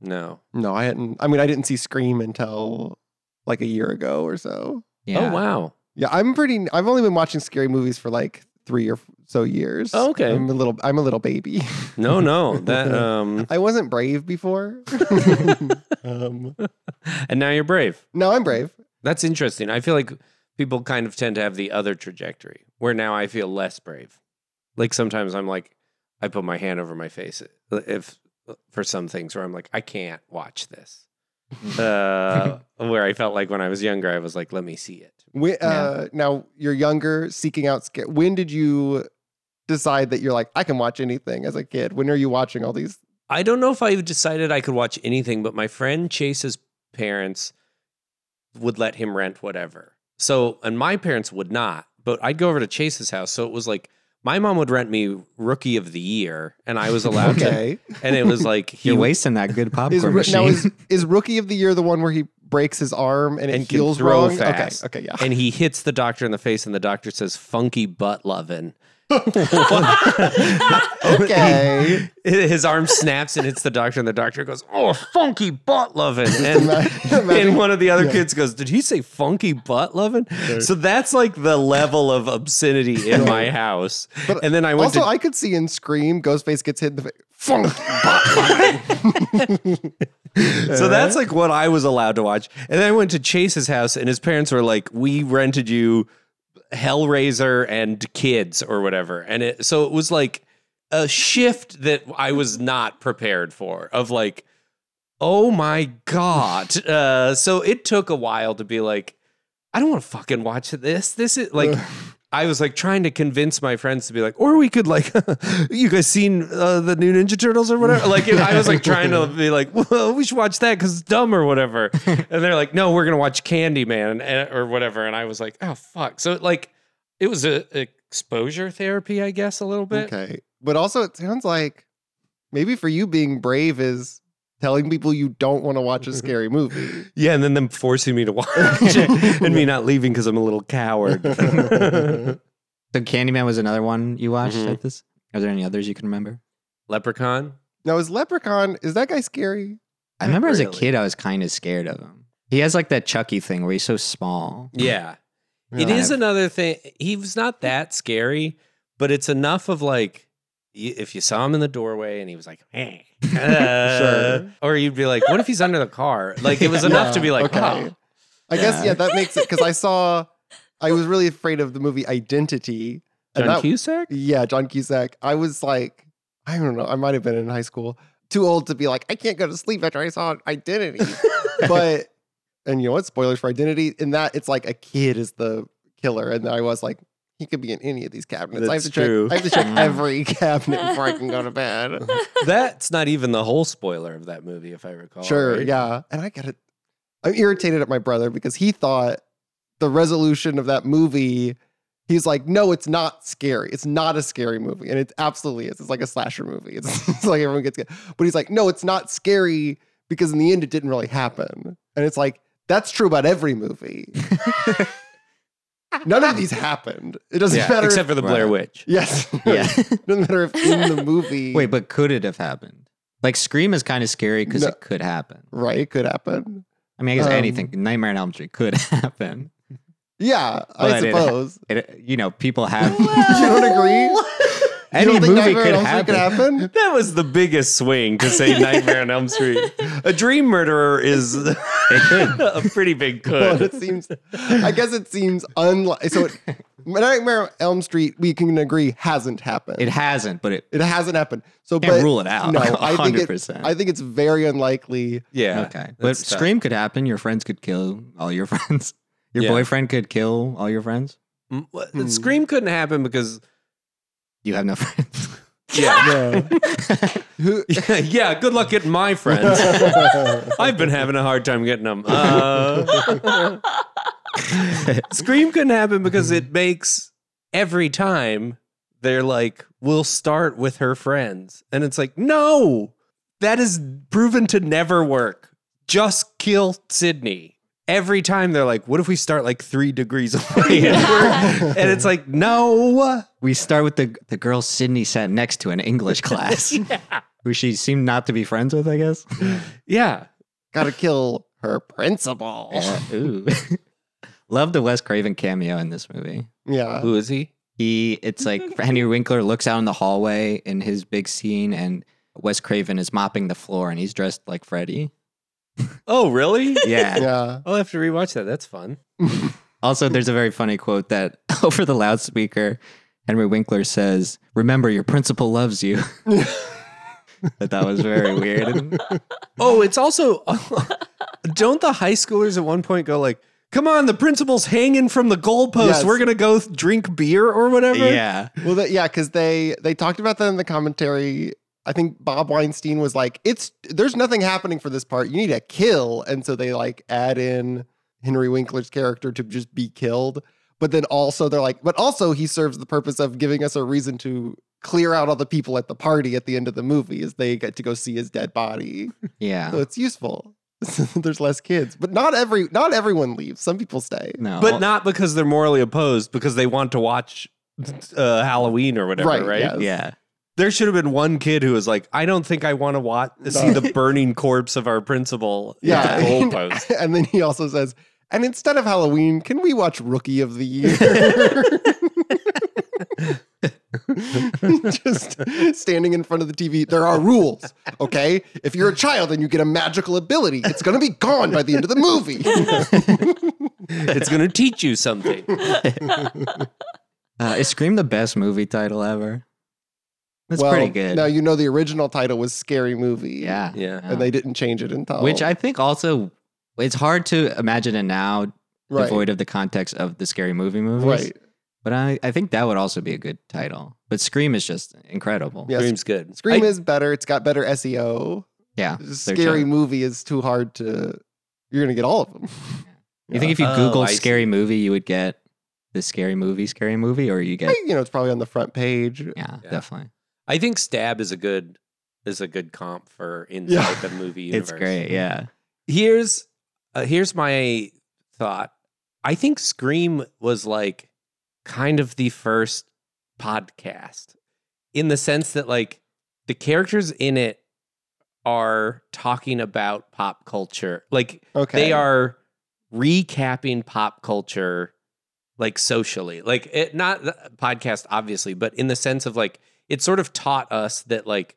No.
No, I hadn't. I mean, I didn't see Scream until like a year ago or so.
Oh wow.
Yeah, I'm pretty. I've only been watching scary movies for like three or so years.
Oh, okay.
I'm a little. I'm a little baby.
No, no. That um
I wasn't brave before. um,
and now you're brave.
no, I'm brave.
That's interesting. I feel like people kind of tend to have the other trajectory where now I feel less brave. Like sometimes I'm like I put my hand over my face uh, if for some things where I'm like I can't watch this. Uh where I felt like when I was younger I was like let me see it.
When,
Yeah.
uh, Now you're younger, seeking out scare. When did you decide that you're like I can watch anything as a kid? When are you watching all these?
I don't know if I decided I could watch anything, but my friend Chase's parents would let him rent whatever. So, and my parents would not, but I'd go over to Chase's house. So it was like my mom would rent me Rookie of the Year, and I was allowed
Okay.
to. And it was like he
You're wasting that good
Is,
popcorn
Ro-
machine.
now is is rookie of the year the one where he breaks his arm and it
And can
heals
throw
wrong?
fast.
Okay, okay, yeah.
and he hits the doctor in the face, and the doctor says, "Funky butt lovin'." What?
Okay.
His arm snaps and hits the doctor, and the doctor goes, "Oh, funky butt lovin'." And
Ima-
and
imagine-
one of the other
Yeah.
kids goes, "Did he say funky butt lovin'?" So that's like the level of obscenity in my house.
But
and then I went
also,
to
I could see in Scream, Ghostface gets hit in the face. Funk, butt, butt.
so that's like what I was allowed to watch. And then I went to Chase's house, and his parents were like, "We rented you Hellraiser and Kids or whatever." And it, so it was like a shift that I was not prepared for. Of like, oh my god! Uh, so it took a while to be like, I don't want to fucking watch this. This is like. I was like trying to convince my friends to be like, or we could like, you guys seen uh, the new Ninja Turtles or whatever? Like, it- I was like trying to be like, well, we should watch that because it's dumb or whatever. And they're like, no, we're gonna watch Candyman and, or whatever. And I was like, oh fuck. So like, It was a exposure therapy, I guess, a little bit.
okay. But also, it sounds like maybe for you being brave is telling people you don't want to watch a scary movie.
Yeah, and then them forcing me to watch it and me not leaving because I'm a little coward.
So Candyman was another one you watched
Mhm.
at this. Are there any others you can remember?
Leprechaun.
Now, is Leprechaun, is that guy scary?
I
Not
remember as a
really.
kid, I was kind of scared of him. He has like that Chucky thing where he's so small.
Yeah.
Yeah.
It is another thing. He was not that scary, but it's enough of like y- if you saw him in the doorway and he was like, eh, uh,
Sure.
or you'd be like, what if he's under the car? Like it was enough to
Yeah,
be like,
okay.
"Oh."
I guess,
Yeah.
yeah, that makes it because I saw, I was really afraid of the movie Identity.
John
that,
Cusack.
Yeah, John Cusack. I was like, I don't know, I might have been in high school, too old to be like, I can't go to sleep after I saw Identity. but, and you know what? Spoilers for Identity. In that, it's like a kid is the killer. And I was like, he could be in any of these cabinets. I have
That's
to
true.
check. I have to check
Mm.
every cabinet before I can go to bed.
That's not even the whole spoiler of that movie, if I recall.
Sure,
right?
yeah. And I got it. I'm irritated at my brother because he thought the resolution of that movie. He's like, no, it's not scary. It's not a scary movie, and it absolutely is. It's like a slasher movie. It's, it's like everyone gets. But he's like, no, it's not scary because in the end, it didn't really happen. And it's like that's true about every movie. None of these happened. It doesn't
Yeah,
matter. if-
except for the Blair
Right.
Witch.
yes,
Yeah.
doesn't matter if in the movie.
Wait, but could it have happened? Like Scream is kind of scary because
No.
it could happen.
right? It could happen.
I mean, I guess
Um,
anything. Nightmare on Elm Street could happen.
Yeah,
But
I
it-
suppose.
It, you know, people have.
You don't agree? You
any
don't think
movie
Nightmare
could
on Elm Street
happen.
happen?
That was the biggest swing to say Nightmare on Elm Street. A dream murderer is a pretty big
Well, it
could.
seems. I guess it seems unlikely. So, it, Nightmare on Elm Street, we can agree, hasn't happened.
It hasn't, but it
It hasn't happened. So,
can't
but
rule it out.
no, I think it-
100%.
I think it's very unlikely.
Yeah.
Okay. But
that's tough.
Scream could happen. Your friends could kill all your friends. Your
Yeah.
boyfriend could kill all your friends.
Mm, well,
Hmm.
Scream couldn't happen because
You have no friends.
yeah,
No. Who?
yeah. Good luck getting my friends. I've been having a hard time getting them. Uh, Scream couldn't happen because it makes every time they're like, "We'll start with her friends," and it's like, no, that is proven to never work. Just kill Sydney. Every time they're like, "What if we start like three degrees away?" and it's like, no.
we start with the the girl Sydney sat next to in English class, who she seemed not to be friends with, I guess.
Yeah.
Gotta kill her principal.
Yeah, ooh. Love the Wes Craven cameo in this movie.
Yeah.
Who is he?
He, it's like Henry Winkler looks out in the hallway in his big scene, and Wes Craven is mopping the floor, and he's dressed like Freddy.
Oh, really?
Yeah.
Yeah.
I'll have to rewatch that. That's fun.
Also, there's a very funny quote that over the loudspeaker, Henry Winkler says, Remember, your principal loves you. that that was very weird.
Oh, it's also don't the high schoolers at one point go like, "Come on, the principal's hanging from the goalpost.
Yes.
We're gonna go th- drink beer or whatever."
yeah.
Well, that, yeah, because they they talked about that in the commentary. I think Bob Weinstein was like, "It's there's nothing happening for this part. You need a kill," and so they like add in Henry Winkler's character to just be killed. But then also they're like, but also he serves the purpose of giving us a reason to clear out all the people at the party at the end of the movie as they get to go see his dead body. So
Yeah.
it's useful. there's less kids, but not every not everyone leaves. Some people stay.
No.
but not because they're morally opposed, because they want to watch uh, Halloween or whatever. Right?
Right, yeah.
Yeah.
There should have been one kid who was like, "I don't think I want to watch see the burning corpse of our principal." at
Yeah.
the goalpost.
and then he also says, and instead of Halloween, can we watch Rookie of the Year? Just standing in front of the TV. There are rules, okay? If you're a child and you get a magical ability, it's going to be gone by the end of the movie.
it's gonna teach you something.
Uh, is Scream the best movie title ever? That's
Well,
pretty good.
Now, you know, the original title was Scary Movie.
yeah.
Yeah.
And they didn't change it until.
Which I think also, it's hard to imagine it now,
right,
devoid of the context of the scary movie movies.
Right.
But I, I think that would also be a good title. But Scream is just incredible.
Yes.
Scream's good.
Scream
I-
is better. It's got better SEO.
Yeah.
Scary Movie is too hard to. You're going to get all of them.
You think if you
Oh,
Google
I see.
scary movie, you would get the scary movie, scary movie, or you get
You know, it's probably on the front page.
yeah,
Yeah.
definitely.
I think stab is a good is a good comp for inside
Yeah.
the movie universe.
It's great. Yeah.
Here's uh, here's my thought. I think Scream was like kind of the first podcast in the sense that like the characters in it are talking about pop culture. Like
Okay.
they are recapping pop culture like socially like it not the podcast obviously but in the sense of like it sort of taught us that like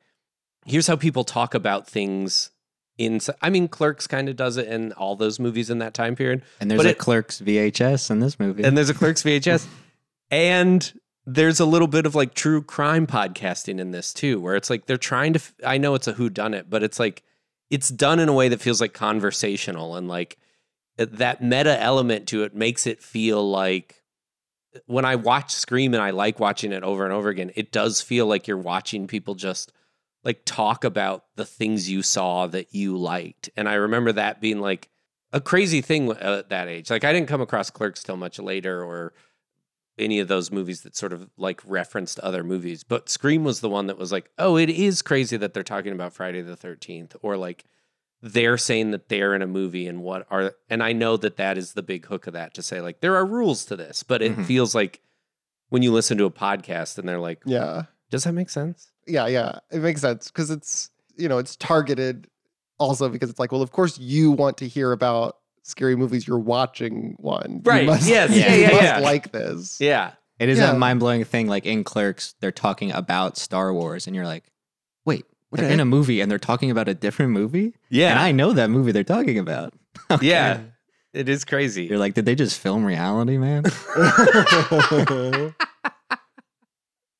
here's how people talk about things in i mean clerks kind of does it in all those movies in that time period
And there's
But
a
it-
Clerks VHS in this movie.
and there's a clerks vhs and there's a little bit of like true crime podcasting in this too where it's like they're trying to f- i know it's a who done it but it's like it's done in a way that feels like conversational and like uh, that meta element to it makes it feel like when I watch Scream and I like watching it over and over again, it does feel like you're watching people just like talk about the things you saw that you liked. And I remember that being like a crazy thing uh, at that age. Like I didn't come across Clerks till much later or any of those movies that sort of like referenced other movies. But Scream was the one that was like, oh, it is crazy that they're talking about Friday the 13th or like they're saying that they're in a movie and what are and I know that that is the big hook of that to say like there are rules to this, but it
Mhm.
feels like when you listen to a podcast and they're like,
Yeah.
does that make sense?
Yeah. Yeah. It makes sense because it's, you know, it's targeted also because it's like, well, of course you want to hear about scary movies. You're watching one. You
Right,
must-
yes,
yeah,
you
yeah,
must
yeah.
like this.
Yeah.
It is
Yeah.
a mind blowing thing. Like in Clerks, they're talking about Star Wars, and you're like, wait, they're
Okay.
in a movie and they're talking about a different movie?
Yeah.
And I know that movie they're talking about. Okay.
Yeah. It is crazy.
You're like, did they just film reality, man?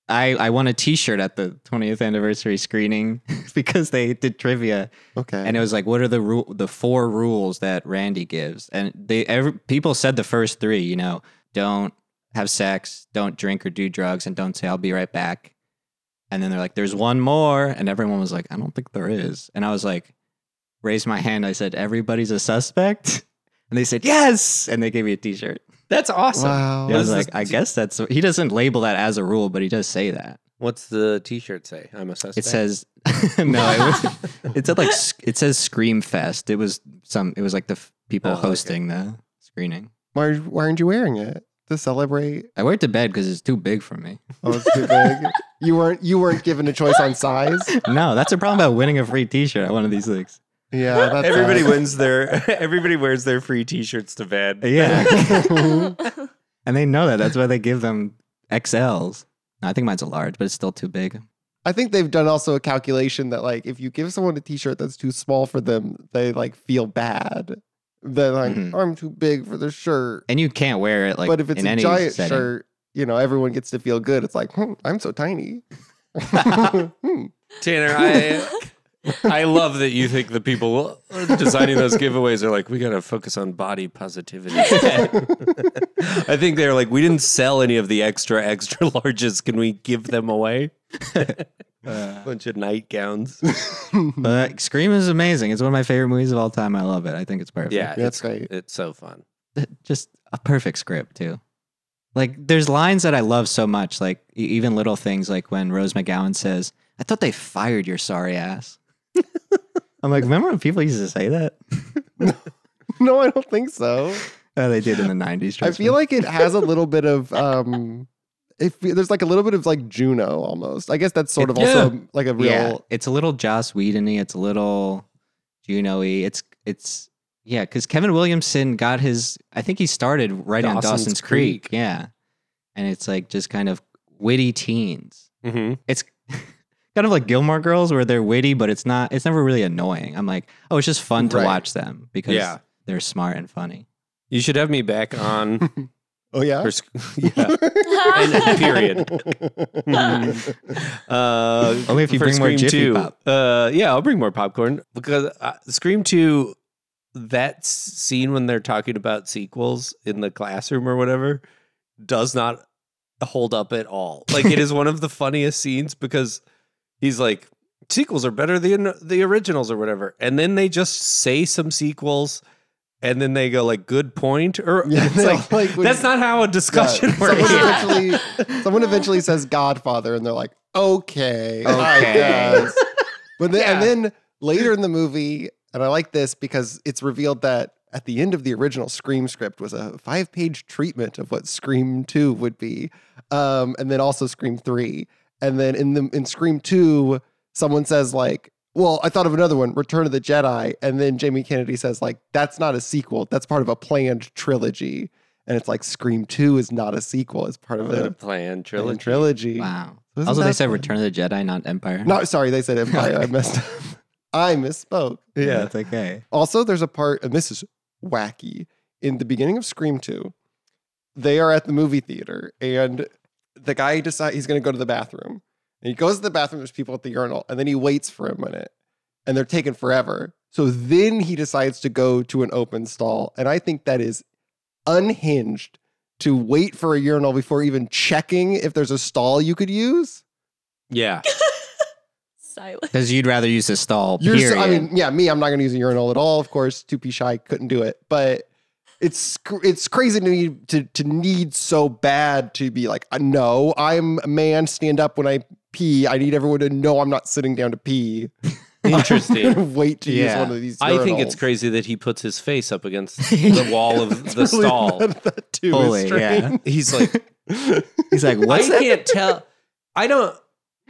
I, I won a t shirt at the 20th anniversary screening because they did trivia
okay.
Uh-huh.
and it was like what are the rule the four rules that randy gives and they every, people said the first three you know don't have sex don't drink or do drugs and don't say i'll be right back and then they're like there's one more and everyone was like i don't think there is and i was like raised my hand i said everybody's a suspect and they said yes and they gave me a t-shirt
That's awesome.
Wow.
i
Yeah.
was
this-
like i guess that's he doesn't label that as a rule but he does say that
What's the t-shirt say? I'm a suspect.
it says no. It, was, it said like sc- it says Scream Fest. It was some. It was like the f- people
Oh, okay.
hosting the screening.
Why, are- why aren't you wearing it to celebrate?
I wear it to bed because it's too big for me.
Oh, it's too big. you weren't you weren't given a choice on size.
No, that's a problem about winning a free T-shirt at one of these leagues.
Yeah,
uh,
that's
everybody
sucks.
wins their everybody wears their free t-shirts to bed.
Yeah, and they know that. That's why they give them XLs. No, I think mine's a large, but it's still too big.
I think they've done also a calculation that like if you give someone a t-shirt that's too small for them, they like feel bad. They're like,
Mhm.
I'm too big for this shirt.
And you can't wear it like.
but if it's
in
a
any
giant
setting.
shirt, you know, everyone gets to feel good. It's like, hmm, I'm so tiny. Hmm.
Tanner, I I love that you think the people designing those giveaways are like, we gotta focus on body positivity. I think they're like, we didn't sell any of the extra extra larges. Can we give them away? Bunch of nightgowns.
Uh, but Scream is amazing. It's one of my favorite movies of all time. I love it. I think it's perfect.
Yeah,
That's
it's,
great.
It's so fun.
just a perfect script too. Like there's lines that I love so much, like e- even little things like when Rose McGowan says, "I thought they fired your sorry ass." I'm like, remember when people used to say that?
no, I don't think so.
Oh, they did in the '90s.
I
trust
feel
me.
like it has a little bit of um if there's like a little bit of like Juno almost. I guess that's sort of
It-
also um, like a real
yeah, it's a little Joss Whedon-y, it's a little Juno-y. It's it's yeah, because Kevin Williamson got his. I think he started right on
Dawson's
Dawson's Creek.
Creek.
Yeah, and it's like just kind of witty teens.
Mm-hmm.
it's kind of like Gilmore Girls where they're witty, but it's not. It's never really annoying. I'm like, oh, it's just fun to
Right.
watch them because
Yeah.
they're smart and funny.
You should have me back on.
Oh yeah.
for sc- yeah, and, period.
Hmm.
Uh,
Only if you
for
bring more
Scream
Jiffy
2.
Pop.
Uh, yeah, I'll bring more popcorn because uh, Scream Two, that s- scene when they're talking about sequels in the classroom or whatever, does not hold up at all. Like it is one of the funniest scenes because he's like sequels are better than the originals or whatever, and then they just say some sequels. and then they go like, "Good point," or
Yeah,
it's
no,
like
like, we-
that's not how a
Yeah,
discussion
someone
works.
Yeah.
eventually, someone eventually says Godfather, and they're like, okay, I
Okay.
guess. But then, and
Yeah.
then later in the movie, and I like this because it's revealed that at the end of the original Scream script was a five-page treatment of what Scream Two would be, um, and then also Scream Three, and then in the in Scream Two, someone says like. Well, I thought of another one, Return of the Jedi, and then Jamie Kennedy says like that's not a sequel, that's part of a planned trilogy. And it's like Scream 2 is not a sequel, it's part of
The
a
plan
trilogy.
trilogy.
trilogy.
Wow.
Isn't
also, they
that
said
fun?
Return of the Jedi, not Empire.
No, sorry, they said Empire. I messed up. I misspoke.
Yeah.
That's okay.
Also, there's a part, and this is wacky. In the beginning of Scream 2, they are at the movie theater, and the guy decides he's going to go to the bathroom. And he goes to the bathroom, there's people at the urinal, and then he waits for a minute, and they're taking forever. So then he decides to go to an open stall. And I think that is unhinged to wait for a urinal before even checking if there's a stall you could use.
Yeah.
Silent.
Because you'd rather use the stall.
You're so-
period.
I mean, yeah, me, I'm not going to use a urinal at all. Of course, too pee shy, couldn't do it. But it's cr- it's crazy to need to to need so bad to be like, uh, no, I'm a man. Stand up when I pee. I need everyone to know I'm not sitting down to pee.
Interesting.
Wait to use
Yeah.
one of these.
I think it's
urinals.
crazy that he puts his face up against the wall of the
It's really
stall.
That, that too
Fully,
is strange.
He's like,
he's like, what's
I
that?
can't tell. I don't.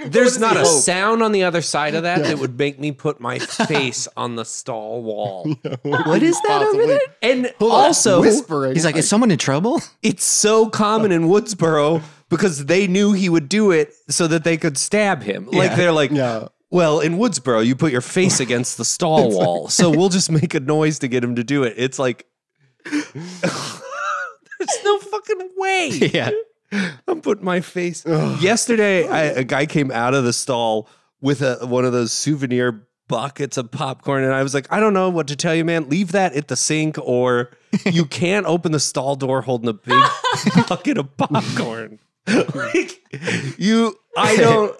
There's not a
hope?
sound on the other side of that
Yeah.
that would make me put my face on the stall wall.
What is that over there?
And
Hold on,
also,
whispering.
He's like, is someone in trouble?
it's so common in Woodsboro because they knew he would do it so that they could stab him. Like
Yeah.
they're like,
yeah.
well, in Woodsboro, you put your face against the stall wall, so we'll just make a noise to get him to do it. It's like, there's no fucking way.
yeah.
I'm putting my face. Yesterday, I, a guy came out of the stall with a, one of those souvenir buckets of popcorn, and I was like, I don't know what to tell you, man. Leave that at the sink, or you can't open the stall door holding a big bucket of popcorn. like, you, I don't.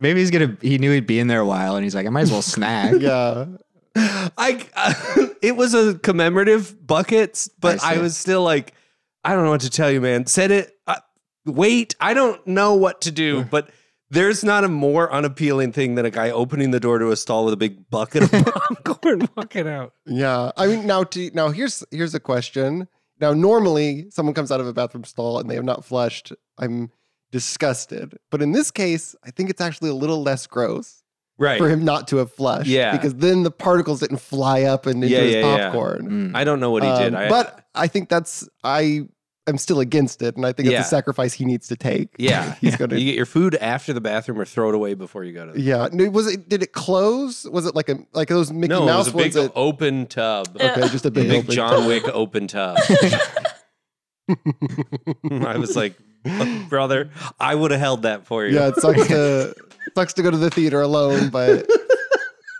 Maybe he's gonna. He knew he'd be in there a while, and he's like, I might as well snack.
Yeah.
I. it was a commemorative bucket, but
I
I,
see.
was still like, I don't know what to tell you, man. Said it. Uh, wait, I don't know what to do,
Mm.
but. There's not a more unappealing thing than a guy opening the door to a stall with a big bucket of popcorn walking out.
Yeah, I mean now to now here's here's a question. Now normally someone comes out of a bathroom stall and they have not flushed. I'm disgusted, but in this case, I think it's actually a little less gross
Right.
for him not to have flushed.
Yeah.
because then the particles didn't fly up and into
Yeah,
his
yeah, yeah.
popcorn.
Mm.
I don't know what he did.
Um,
I,
but I think that's I am still against it, and I think
Yeah.
it's a sacrifice he needs to take.
Yeah.
he's gonna.
you get your food after the bathroom or throw it away before you go to the
Yeah, No, was it? Did it close? Was it like a like those Mickey
No, it was
Mouse
a big
ones? that-
open tub.
Yeah.
okay, just a
The
big,
big
open-
John Wick open tub. I was like, brother, I would have held that for you.
Yeah, it sucks to sucks to go to the theater alone, but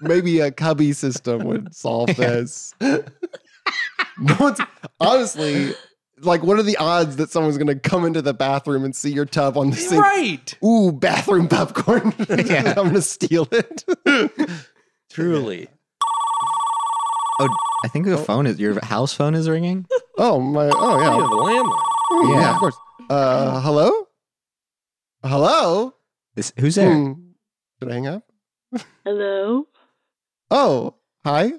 maybe a cubby system would solve this. No one's- honestly, like, what are the odds that someone's gonna come into the bathroom and see your tub on the sink?
Right.
Ooh, bathroom popcorn!
Yeah.
I'm gonna steal it.
Truly.
Oh, I think the phone is your house phone is ringing.
oh my! Oh
You
yeah,
have a landline.
Ooh, yeah,
Yeah.
of course. Uh, hello, hello.
This, who's there?
Hmm. Should I hang up?
Hello?
Oh, hi.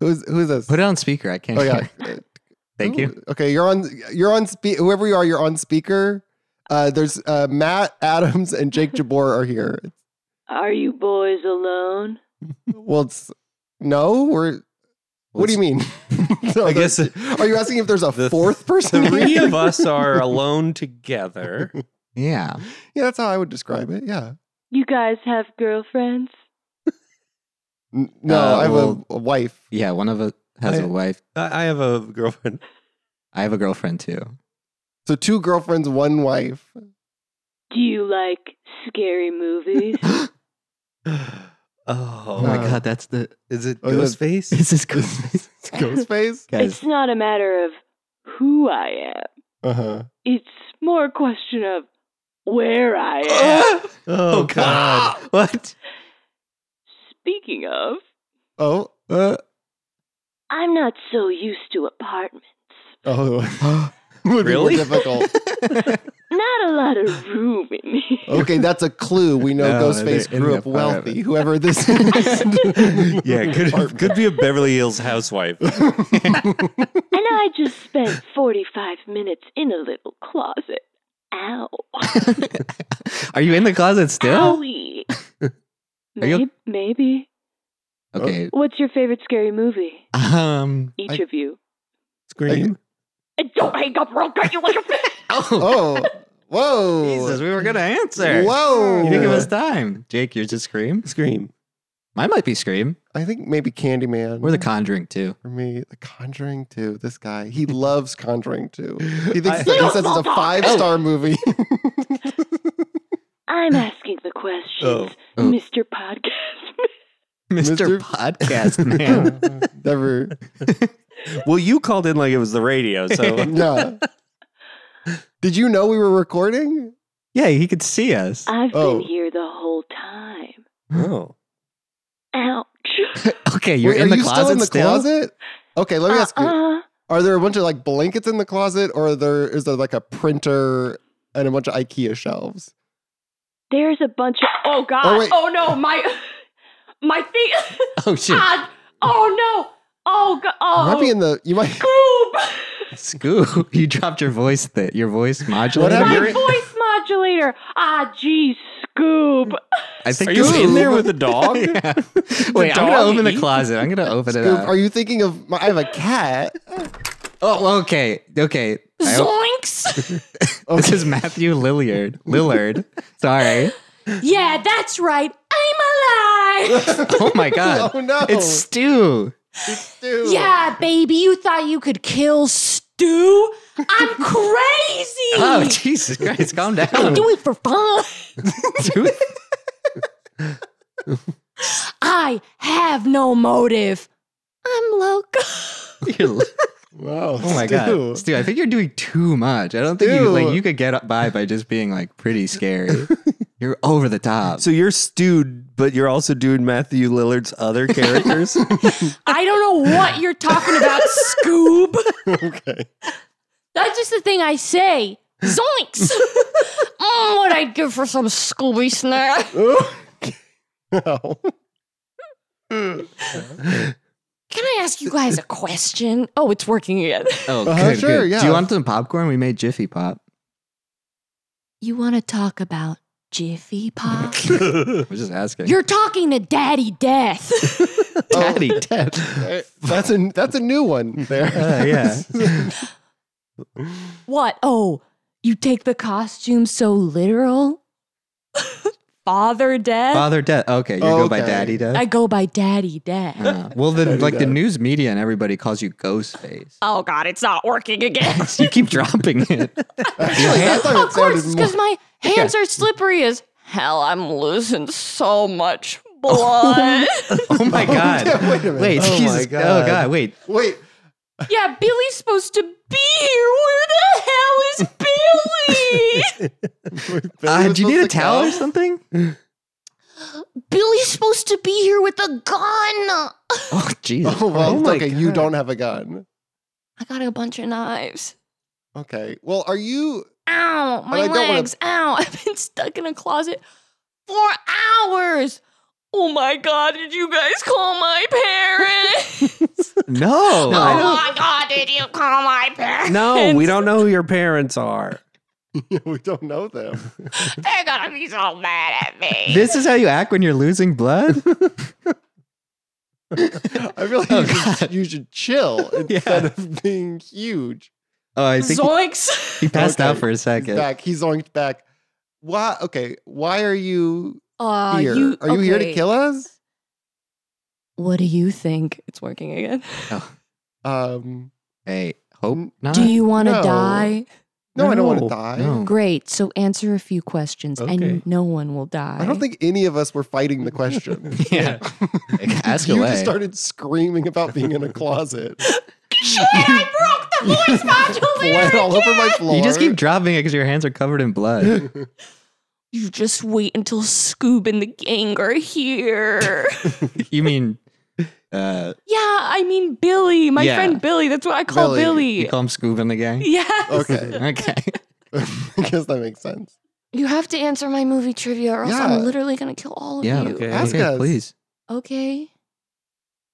Who's who's this?
Put it on speaker. I can't.
oh yeah.
hear. Thank you.
Ooh, Okay, you're on. You're on. Spe- whoever you are, you're on speaker. Uh, there's uh, Matt Adams and Jake Jabor are here.
Are you boys alone?
Well, it's no. We're. What do you mean? No,
I guess
there's- Are you asking if there's a
the-
fourth person?
three
here?
of us are alone together.
Yeah.
Yeah, that's how I would describe it. Yeah.
You guys have girlfriends?
N- No,
Uh,
I have
well-
a, a wife.
Yeah. One of us has
I-
a wife.
I I have a girlfriend.
I have a girlfriend too.
So two girlfriends, one wife.
Do you like scary movies?
oh
Oh
my
Uh,
god, that's the.
Is it
oh, yeah.
Ghostface?
It's this Ghostface. Guys,
Ghostface.
it's not a matter of who I am.
Uh huh.
It's more a question of where I am.
Oh God! what?
Speaking of,
Oh.
Uh,
I'm not so used to apartments.
Oh, would
Really?
be more difficult.
Not a lot of room in here.
Okay, that's a clue. We know
No,
Ghostface
they're in
grew
the
up
apartment.
wealthy. Whoever this is.
Yeah, could,
Apartment.
could be a Beverly Hills housewife.
I know I just spent 45 minutes in a little closet. Ow.
Are you in the closet still?
Owie.
Are you-
Maybe, maybe.
Okay.
What's your favorite scary movie?
Um.
Each of you.
Scream.
And don't hang up, or I'll cut you like a fish.
Oh,
oh, whoa.
Jesus, we were gonna answer.
Whoa.
You think it was time, Jake? Yours is scream.
Scream.
Mine might be scream.
I think maybe Candyman.
We're the Conjuring too.
for me, The Conjuring 2. This guy, he loves Conjuring 2. He thinks
I-
he
Oh
says it's a five star movie.
I'm asking the questions,
Oh.
Mr. Podcast.
Mr.
Mr.
Podcast Man.
Never.
Well, you called in like it was the radio, so
Yeah. Did you know we were recording?
yeah, he could see us.
I've
Oh.
been here the whole time.
oh.
Ouch.
Okay, you're
Wait,
in
are
the
you
closet
still in the closet? Okay, let me ask you.
Uh-uh.
Are there a bunch of like blankets in the closet or are there is there like a printer and a bunch of IKEA shelves?
There's a bunch of oh god
Oh, wait.
oh no my my feet
Oh shit,
ah, oh no oh god
You
oh
might be in the you might
Scoob!
Scoo, you dropped your voice. That your voice modulator.
happened?
my
You're in-
voice modulator ah geez Scoob
I think
Are you
Scoo-
in there with a dog?
Yeah. Wait, I'm gonna
dog
open the
eat?
closet. I'm gonna open it
Scoop,
up.
are you thinking of my, I have a cat.
Oh, well, okay, okay. I hope-
Zoinks!
This is Matthew Lillard. Lillard. Sorry.
yeah, that's right. I'm alive.
Oh my god.
Oh no.
It's Stu.
Stu.
yeah, baby, you thought you could kill Stu? I'm crazy.
Oh Jesus Christ! Calm down.
Do it for fun.
Stu-
I have no motive. I'm loco.
you're li-
Wow.
oh my god, Stu! I think you're doing too much. I don't think you like
Stu.
you could get up by by just being like pretty scary. You're over the top.
So you're stewed, but you're also doing Matthew Lillard's other characters.
I don't know what you're talking about, Scoob.
Okay.
That's just the thing I say. Zoinks! mm, what I'd give for some Scooby snack.
Oh,
no.
Can I ask you guys a question? Oh, it's working again.
oh,
Uh-huh,
good,
sure,
good.
yeah.
Do you want some popcorn? We made Jiffy Pop.
You want to talk about Jiffy Pop?
We're just asking. Oh.
You're talking to Daddy Death.
Daddy Ted.
That's a that's a new one there.
Uh, yeah.
what? Oh, you take the costume so literal? Father Death?
Father Death. Oh, Okay, you go by
Okay.
Daddy Death.
I go by Daddy Death.
Uh, well, the like the
Death.
news media and everybody calls you Ghostface.
oh, God, it's not working again.
you keep dropping it.
Actually, I thought
of
it
course,
sounded more.
because my hands are slippery as hell. I'm losing so much blood.
Oh my god.
yeah, wait a minute.
Wait,
Oh
Jesus.
my
Oh
God.
god, wait.
Wait,
yeah, Billy's supposed to be here. Where the hell is Billy?
Uh, do you need a
supposed to
towel
go?
or something?
Billy's supposed to be here with a gun.
Oh Jesus.
oh well,
Oh
it's
my
okay. You
God.
don't have a gun.
I got a bunch of knives.
Okay. Well, are you?
Ow, my
I don't wanna-
legs. Ow, I've been stuck in a closet for hours. Oh my god, did you guys call my parents?
No. I don't-
Oh
Oh.
my god, did you call my parents?
No, we don't know who your parents are.
we don't know them.
They're gonna be so mad at me.
This is how you act when you're losing blood?
I feel like
Oh,
you, should, you should chill
Yeah.
instead of being huge.
Oh, I think he,
Zoinks.
he passed
Okay.
out for a
He's
second.
back. He's zoinked back. Why? Okay. Why are you
Uh,
here? are you here to kill us?
What do you think? It's working again.
Um.
Oh, Hey,
Mm,
hope not.
Do you want to
no.
die?
No, I don't want to
No,
die.
no.
Great. So answer a few questions,
Okay.
and no one will die.
I don't think any of us were fighting the question.
Yeah. Ask
you
away.
just started screaming about being in a closet.
Shit! I broke the voice modulator.
Blood all over my floor.
you just keep dropping it because your hands are covered in blood.
You just wait until Scoob and the gang are here.
you mean Uh,
Yeah, I mean Billy, my
Yeah.
friend Billy. That's what I call Billy.
you call him Oh. Scoob in the gang?
yes.
Okay.
Okay.
I guess that makes sense.
You have to answer my movie trivia, or else
Yeah.
I'm literally gonna kill all of
Yeah.
you.
Okay.
Ask
Okay,
us.
please.
Okay.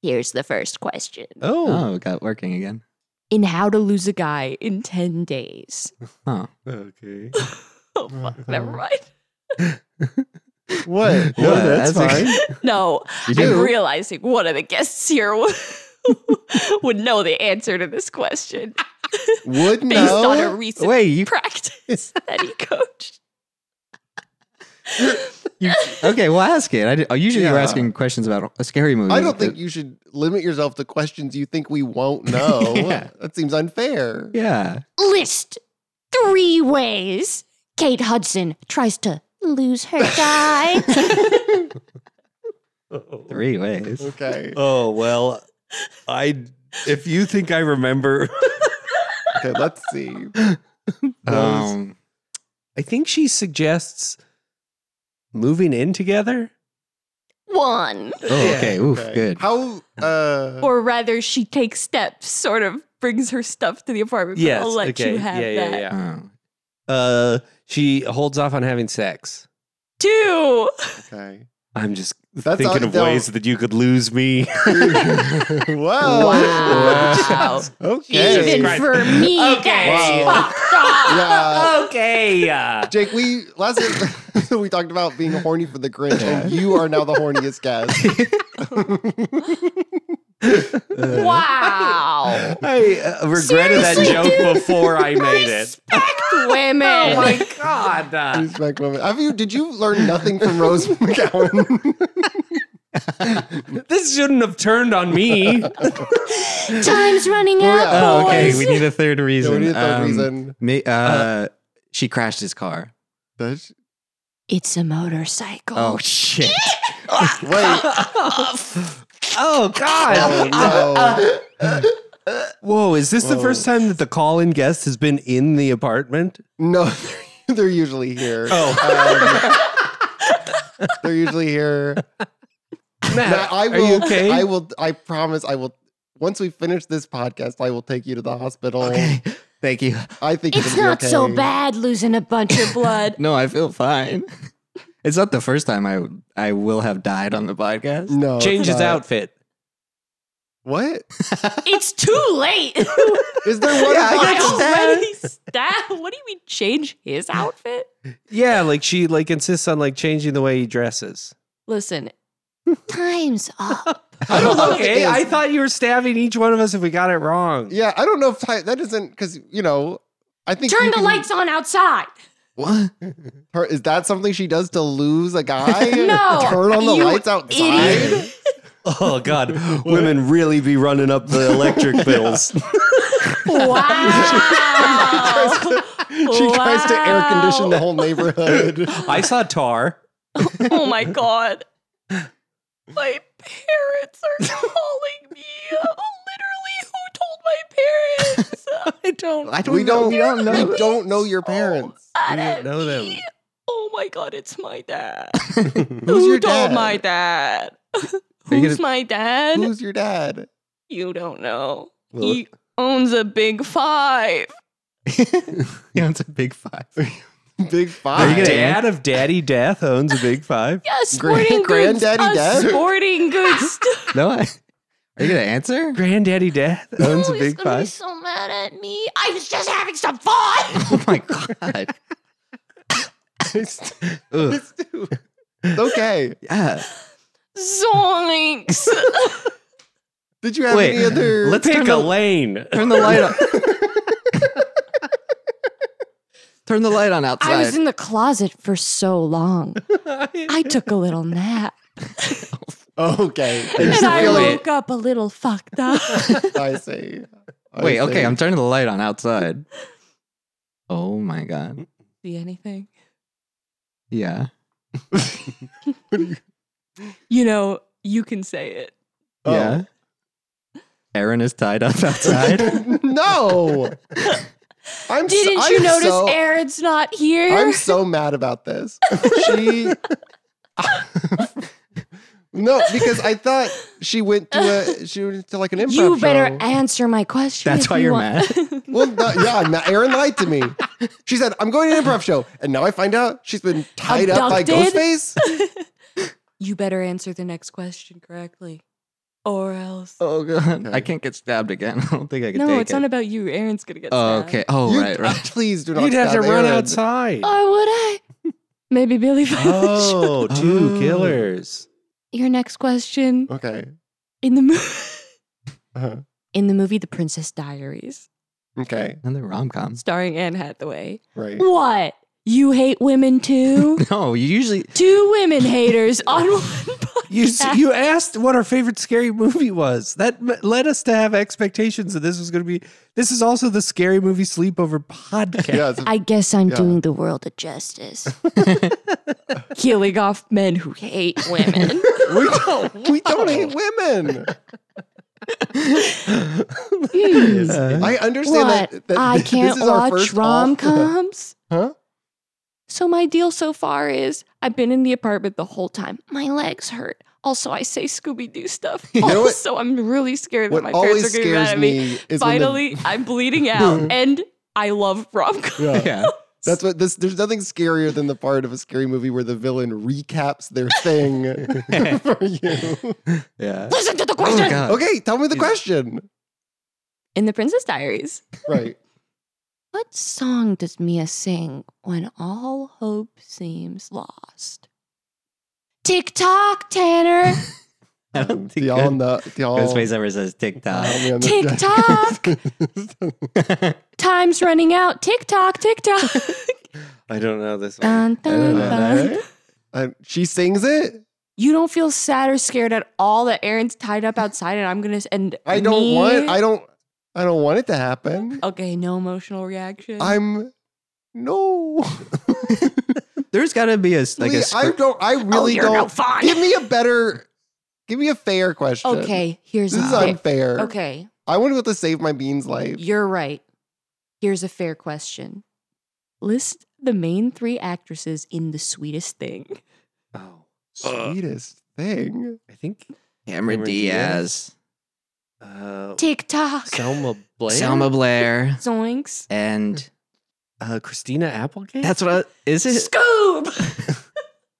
Here's the first question.
Oh, we got it working again.
In How to Lose a Guy in 10 Days.
okay.
Oh, fuck, never mind.
What?
No,
What?
that's okay.
No,
You
I'm
do?
realizing one of the guests here would, would know the answer to this question
Would
based on a
know?
recent
Wait, you,
practice that he coached.
you okay? Well, ask it. I did, oh, usually you're
Yeah.
asking questions about a scary movie.
I don't think you should limit yourself to questions you think we won't know.
Yeah.
That seems unfair.
Yeah.
List three ways Kate Hudson tries to lose her guy.
Three ways.
Okay.
Oh well, I. If you think I remember,
Okay, let's see.
Those-
Um,
I think she suggests moving in together.
One.
oh, okay. Oof.
Okay.
Good.
How uh
Or rather, she takes steps, sort of brings her stuff to the apartment. but
Yes.
I'll let
okay.
you have
yeah, yeah,
that.
yeah.
Oh.
Uh, she holds off on having sex.
Two.
Okay.
I'm just
That's
thinking
all-
of
no.
ways that you could lose me.
Whoa.
Wow.
Okay.
Even for me,
Wow.
that's fucked up.
Yeah.
Okay. Uh,
Jake, we last episode we talked about being horny for the Grinch, and you are now the horniest guest.
Wow.
I uh, regretted that
Seriously,
joke before I made it.
Women.
Oh
God. uh,
Respect women. Have you? Did you learn nothing from Rose McGowan?
this shouldn't have turned on me.
Time's running
Yeah.
out,
Oh, okay.
boys.
We need a third
Yeah,
reason.
we need a third
Um,
reason.
ma- uh, she crashed his car.
Does she-
It's a motorcycle.
Oh shit.
Wait.
Oh
Oh
God.
no.
Whoa, is this the
Whoa.
first time that the call-in guest has been in the apartment?
No, they're usually here.
Oh. uh,
Um, they're usually here. Matt, I will,
are you okay?
I will. I promise. I will. Once we finish this podcast, I will take you to the hospital.
Okay. Thank you.
I think
It's
you're gonna
not
be okay.
so bad losing a bunch of blood.
No, I feel fine. It's not the first time I I will have died on the podcast.
No, it's
Change his
not.
outfit.
What
it's too late.
is there one?
I
about-
got guess-
already stab. What do you mean change his outfit?
Yeah, like she like insists on like changing the way he dresses.
Listen,
Time's up.
I don't know. if it
Oh, Okay,
is.
I thought you were stabbing each one of us if we got it wrong.
Yeah, I don't know if I, that isn't because you know. I think
Turn
you
the
can-
lights on outside.
What?
Her, is that something she does to lose a guy?
No,
Turn on the
you
lights outside.
idiot.
Oh God, women really be running up the electric bills.
Wow.
She tries to air condition the whole neighborhood.
I saw tar.
Oh my god. My parents are calling me. Literally, who told my parents? I don't.
I don't
we
know.
don't.
We don't know.
We don't know your parents.
I
don't know them.
Oh my god, it's my dad.
Who's
who
your
told
dad?
my dad?
you
Who's my dad?
Who's your dad?
you don't know.
Well-
he owns a big five.
You know, it's a big five.
Big
Are you
Five.
gonna-
Dad of Daddy Death owns a big five.
Yeah,
Gran-
sporting goods.
Granddaddy
a
dad?
Sporting goods. store.
No. I, are you gonna answer?
Granddaddy Death owns a
he's
big
gonna be
five.
so mad at me. I was just having some fun.
Oh my god. Ugh.
It's okay.
Yeah.
Zoinks.
Did you have
Wait,
any other?
let's
Pick
turn
a
the,
lane.
turn the light on. turn the light on outside.
I was in the closet for so long. I took a little nap.
okay.
and I
Feel it.
woke up a little fucked up.
I see. I
Wait, okay,
see.
I'm turning the light on outside. Oh my god.
See anything?
Yeah.
You know, you can say it.
Oh.
Yeah. Aaron is tied up outside.
no. I'm. s-
Didn't
I'm
you notice
so-
Aaron's not here?
I'm so mad about this. She. No, because I thought she went to a she went to like an improv
You better
show.
answer my question.
That's
if
why
you
you're
want-
mad.
Well, no, yeah, no, Aaron lied to me. She said, I'm going to an improv show. And now I find out she's been tied up by
Abducted?
Ghostface.
You better answer the next question correctly, or else.
Oh god, I can't get stabbed again. I don't think I can
no,
take
it's
it.
not about you. Aaron's gonna get
oh,
stabbed.
okay. Oh,
You-
right, right.
Please do not
You'd have to
stab
run
Aaron.
outside.
Oh,
Or would I?
Maybe Billy Village.
Oh, two killers.
Your next question
Okay.
in the movie.
Uh-huh.
In the movie The Princess Diaries,
Okay.
And the rom coms.
starring Anne Hathaway.
Right.
what? You hate women too?
No, you usually
Two women haters on one podcast.
You s you asked what our favorite scary movie was. That m- led us to have expectations that this was going to be. This is also the scary movie sleepover podcast.
Yeah. it's-
I guess I'm
Yeah.
doing the world a justice. Killing off men who hate women.
we don't we don't hate women. I understand
Hmm. what?
that, that
I
this
can't
is our
watch
first
rom
awful-
coms.
Huh?
So my deal so far is I've been in the apartment the whole time. My legs hurt. Also, I say Scooby Doo stuff.
know what-
also, I'm really scared that
What
my parents
always
are going to be mad
scares
at me.
me is when the-
Finally, I'm bleeding out, and I love rom com.
Yeah.
yeah.
That's what this. There's nothing scarier than the part of a scary movie where the villain recaps their thing for you.
Yeah.
Listen to the
Oh
question.
god.
Okay, tell me the question.
In The Princess Diaries.
Right.
what song does Mia sing when all hope seems lost? Tick tock, Tanner.
I don't think
Y'all
Ghost-
know. Y'all.
Oh.
Ghostface ever says TikTok.
Help me on
TikTok.
this-
Time's running out. Tick tock, tick tock.
I don't know this one.
Um,
Dun, dun, dun.
Uh, she sings it.
You don't feel sad or scared at all that Aaron's tied up outside, and I'm gonna and
I don't
me- Oh,
want. I don't. I don't want it to happen.
okay, no emotional reaction.
I'm. No,
There's got to be a s- like
Lee,
a
I
script.
don't. I really
you're
don't.
no fun.
Give me a better. Give me a fair question.
okay, here's
This
a
is
fair-
unfair.
okay.
I want to be able to save my bean's life.
You're right. Here's a fair question. List the main three actresses in The Sweetest Thing.
Oh,
Sweetest thing.
I think
Cameron
Cameron
Diaz,
uh,
Tick tock.
Selma Blair,
Selma Blair,
Zoinks.
and
uh, Christina Applegate.
that's what I, is it?
Scoob!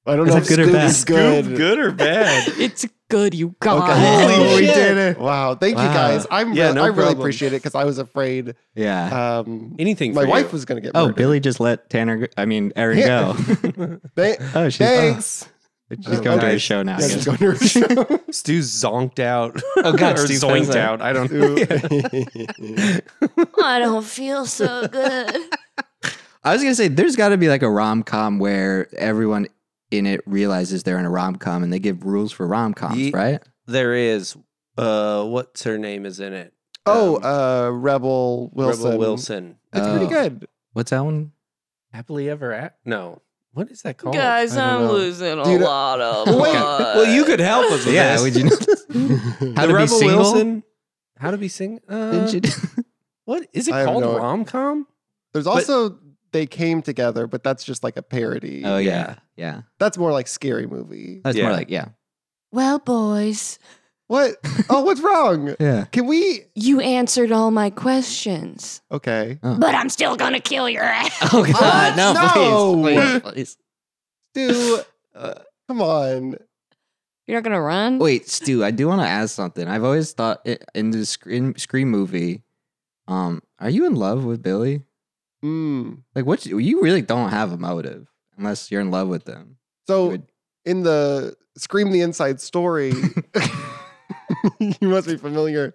I don't
Is
know
that
if
good or
Scoob
bad?
is good.
good or bad?
it's good, you guys.
Okay.
Oh, we
shit.
did it.
Wow. Thank you
Wow.
guys. I'm
Yeah,
really,
no
I really
problem.
appreciate it because I was afraid
Yeah.
Uh,
um
Anything.
my
for
wife
you.
was gonna get
oh,
murdered.
Billy just let Tanner. go- I mean Aaron
Yeah.
go.
Thank-
oh, she's, oh,
thanks.
she's going to
Okay.
her show now. I
Yeah,
guess.
just going to her show.
Stu zonked out.
Oh, God,
or
Stu says
zoinked
that.
out. I don't. know.
Ooh.
I don't feel so good.
I was gonna say there's got to be like a rom com where everyone in it realizes they're in a rom com and they give rules for rom coms,
Ye-
right?
There is. Uh, what's her name is in it?
oh,
Um,
uh, Rebel Wilson.
Rebel Wilson.
It's pretty
Oh.
good.
What's that one?
Happily ever at? No. What is that called?
Guys,
I don't
I'm
know.
losing a
Dude,
lot of
Wait,
blood.
well, you could help us with
yeah, would
this.
you know? How to
the
be
Rebel
single?
Wilson. How to be sing? Uh,
Didn't you do-
what is it
I have
called?
no-
Rom com?
There's also they came together, but that's just like a parody.
oh yeah, yeah.
That's more like scary movie.
That's
Yeah.
more like yeah,
Well, boys,
What? Oh, what's wrong?
yeah.
Can we?
you answered all my questions,
Okay,
but I'm still gonna kill your ass.
Oh god, no,
no.
please, please, please.
Stu. uh, come on.
You're not gonna run?
Wait, Stu, I do want to ask something. I've always thought it, in the scream scream movie, um, are you in love with Billy?
Mm.
Like, what? You really don't have a motive unless you're in love with them.
So
Would-
in the Scream the Inside Story, you must be familiar.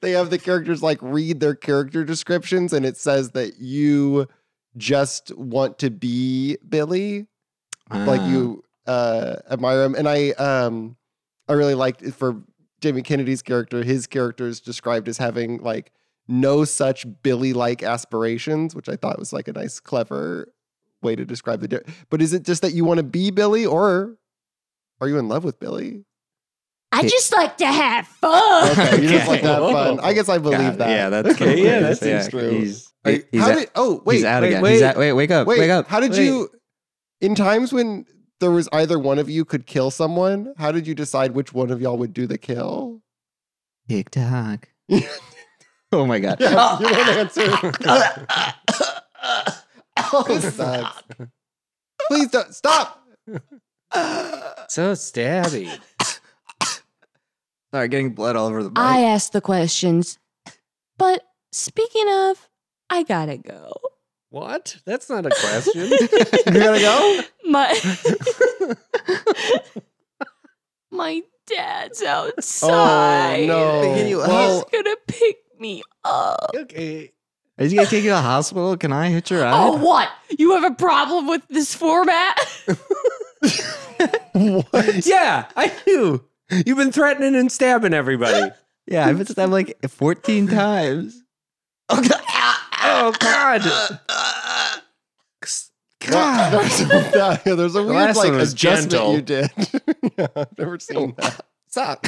They have the characters like read their character descriptions, and it says that you just want to be Billy, like
Ah.
you uh, admire him. And I, um, I really liked it for Jamie Kennedy's character. His character is described as having like no such Billy-like aspirations, which I thought was like a nice, clever way to describe the. Di- but is it just that you want to be Billy, or are you in love with Billy?
I just like to have fun.
Okay, you just
Okay.
like that fun. I guess I believe
Yeah,
that.
Yeah, that's
Okay, yeah,
that's
that
seems true.
He's,
I-
he's
how
out,
did? Oh,
he's
wait,
out
wait,
again.
wait.
He's out, wait, wake up,
wait.
wake up.
How did
wait.
you? In times when there was either one of you could kill someone, how did you decide which one of y'all would do the kill?
TikTok. oh my god.
Yeah, you don't answer. this sucks. Please don't stop.
So stabby.
Sorry, getting blood all over the
I asked the questions. But speaking of, I gotta go.
What? That's not a question.
You gotta go.
My my dad's outside.
Oh no. Well,
He's gonna pick me up.
okay.
Is he gonna take you to the hospital? Can I hit your eye?
Oh, what? You have a problem with this format?
Yeah, I do. You've been threatening and stabbing everybody.
Yeah, I've been stabbed like 14 times.
Oh God.
Oh,
well, there's a, yeah, there's a weird
last
like
one was
adjustment
gentle.
you did. yeah, I've never seen that.
Stop.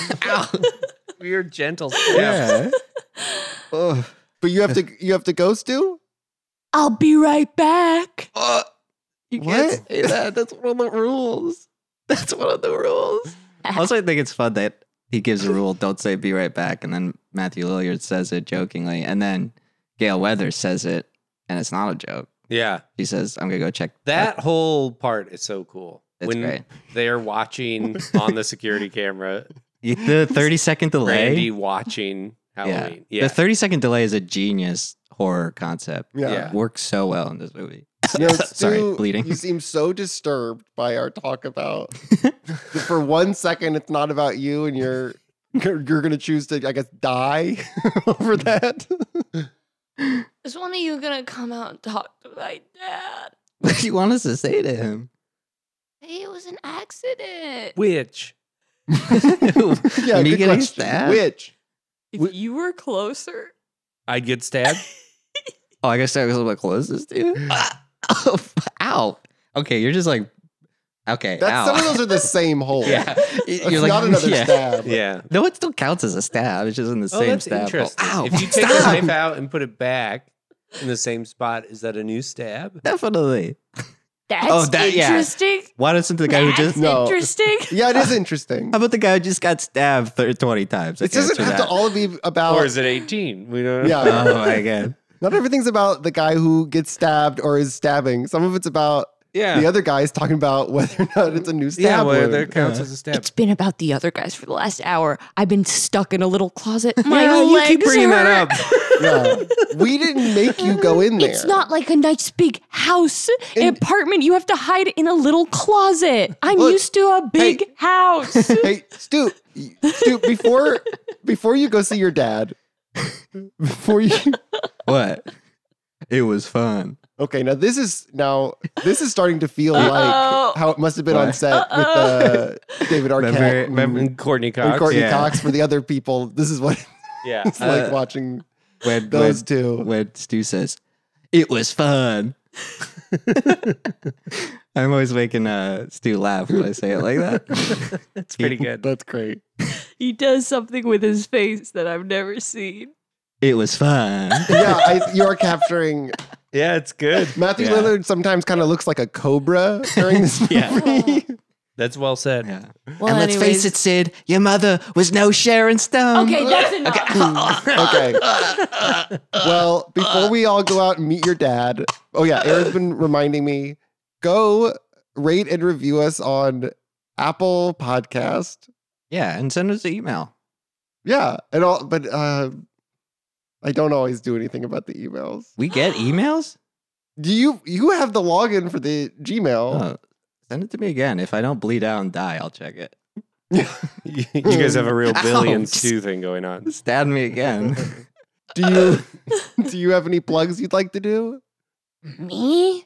We're gentle stab. Oh.
Ugh.
But you have to you have to ghost do?
I'll be right back.
You
What?
can't say that. That's one of the rules. That's one of the rules. also, I think it's fun that he gives a rule, don't say be right back, and then Matthew Lillard says it jokingly, and then Gail Weather says it, and it's not a joke.
Yeah.
She says, I'm gonna go check
That whole part is so cool.
It's
when
great.
they're watching on the security camera,
The 30 second delay.
Randy watching Halloween. Yeah.
The 30 second delay is a genius horror concept.
Yeah.
Yeah.
Works so well in this movie.
No,
Sorry,
Stu,
bleeding.
You seem so disturbed by our talk about. for one second, it's not about you, and you're you're gonna choose to, I guess, die
Mm.
over that.
Is one of you gonna come out and talk to my dad?
What do you want us to say to him?
It was an accident.
Which
yeah,
Me
good
getting
question.
stabbed?
Which?
if you were closer,
I'd get stabbed.
Oh, I guess that was what closest to you. Oh, ow. Okay, you're just like, okay.
That's
ow.
some of those are the same hole.
yeah.
it's not another stab.
yeah.
No, it still counts as a stab. It's just in the
Oh,
same
that's
stab. hole.
interesting.
Ow.
If you take
Stop.
the knife out and put it back in the same spot, is that a new stab?
Definitely.
that's
Oh, that- yeah.
interesting.
Why doesn't the guy who just.
That's
No.
interesting.
Yeah, it is interesting.
How about the guy who just got stabbed thir- 20 times?
It doesn't have to all be about.
Or is it 18? We don't know.
yeah,
Oh, my God.
not everything's about the guy who gets stabbed or is stabbing. Some of it's about
Yeah.
the other guys talking about whether or not it's a new stab.
yeah, well,
wound.
that counts as a stab.
It's been about the other guys for the last hour. I've been stuck in a little closet. My
Yeah, you
legs
keep bringing
hurt.
that up.
Yeah. We didn't make you go in there.
It's not like a nice big house
And-
apartment. You have to hide in a little closet. I'm
Look,
used to a big
hey.
house.
Hey, Stu, y- Stu, before before you go see your dad, before you
What? It was fun.
Okay, now this is now this is starting to feel like how it must have been on
What?
set with uh, David Arquette
Remember-
and-
remember-
And Courtney
and
Cox.
Courtney
yeah.
Cox for the other people. This is what
Yeah.
it's
Uh,
like watching
When,
those
when,
two.
when Stu says, it was fun. I'm always making uh, Stu laugh when I say it like that.
That's pretty good.
That's great.
He does something with his face that I've never seen.
it was fun.
Yeah, I, you are capturing
Yeah, it's good.
Matthew
Yeah.
Lillard. Sometimes kind of looks like a cobra during this movie.
Yeah.
That's well said.
Yeah.
Well,
and let's face
anyways-
it, Sid, your mother was no Sharon Stone.
Okay, that's enough.
Okay. Well, before we all go out and meet your dad, oh yeah, Aaron's been reminding me go rate and review us on Apple Podcast.
Yeah, and send us an email.
Yeah, and all, but uh, I don't always do anything about the emails.
We get emails?
Do you? You have the login for the Gmail.
Oh, send it to me again. If I don't bleed out and die, I'll check it.
you guys have a real billion
Ouch.
stew thing going on.
Stab me again.
Do you? do you have any plugs you'd like to do?
Me?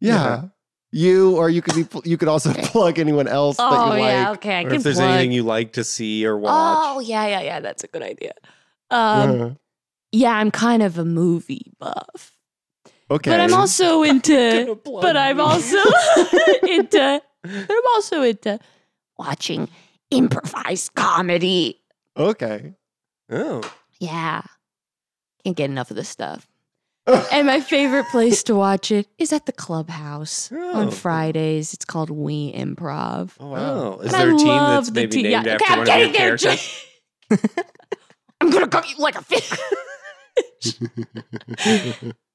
Yeah, you or you could be. pl- You could also plug anyone else that
Oh,
you
yeah,
like.
okay. I
Or
can
if there's
plug.
anything you like to see or watch. Uh-huh.
Oh, yeah, yeah, yeah. That's a good idea. Um,
Uh,
yeah, I'm kind of a movie buff,
okay,
But I'm also into.
Gonna plug
but I'm
you.
also into. But I'm also into.
watching improvised comedy.
okay.
Oh.
Yeah. Can't get enough of this stuff.
And my favorite place to watch it is at the clubhouse
Oh.
on Fridays. It's called We Improv.
Oh, wow. Is
And I
there a team
love
that's
the
maybe
tea- yeah,
named
okay,
after
I'm
one of your
getting there,
characters?
I'm gonna cook you like a fish.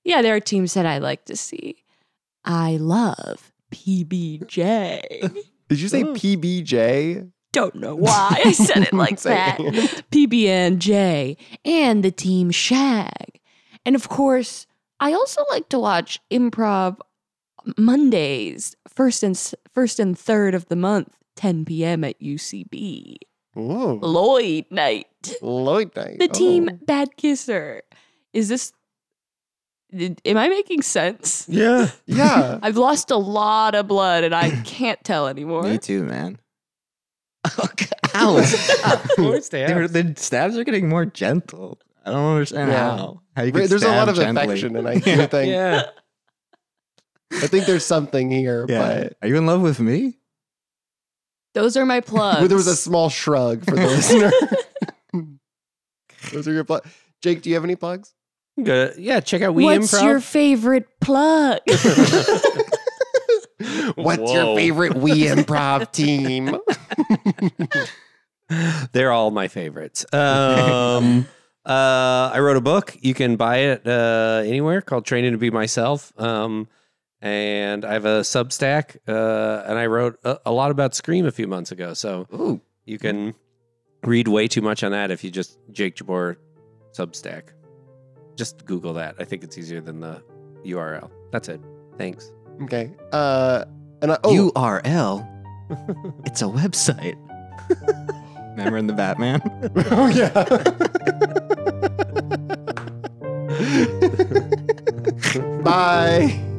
yeah, there are teams that I like to see. I love PBJ.
Did you say PBJ?
Don't know why I said it like
Say
that.
it.
PBNJ and the team Shag. And of course, I also like to watch improv Mondays, first and s- first and third of the month, 10 p.m. at UCB.
Whoa.
Lloyd night.
Lloyd Knight.
The
Oh.
team Bad Kisser. Is this did- am I making sense?
Yeah.
Yeah.
I've lost a lot of blood and I can't tell anymore.
Me too, man. Oh, God. Ow. Dude, the stabs are getting more gentle. I don't understand
Yeah.
how. How you
Right,
can
There's a lot
stab
of
gently.
affection, and I do think
Yeah.
I think there's something here,
Yeah. Are you in love with me?
Those are my
but
plugs.
well, there was a small shrug for the listener. Those are your plugs. Jake, do you have any plugs?
Good. Yeah, check out We
What's
Improv.
your favorite plug?
What's your favorite We Improv team?
They're all my favorites. Um, uh, I wrote a book. You can buy it uh, anywhere called Training to Be Myself. Um, and I have a Substack, uh, and I wrote a, a lot about Scream a few months ago. So you can read way too much on that if you just Jake Jabor Substack. Just Google that. I think it's easier than the URL. That's it. Thanks.
Okay. Uh, and I, oh,
URL. it's a website. Remember in the Batman?
oh yeah. Bye.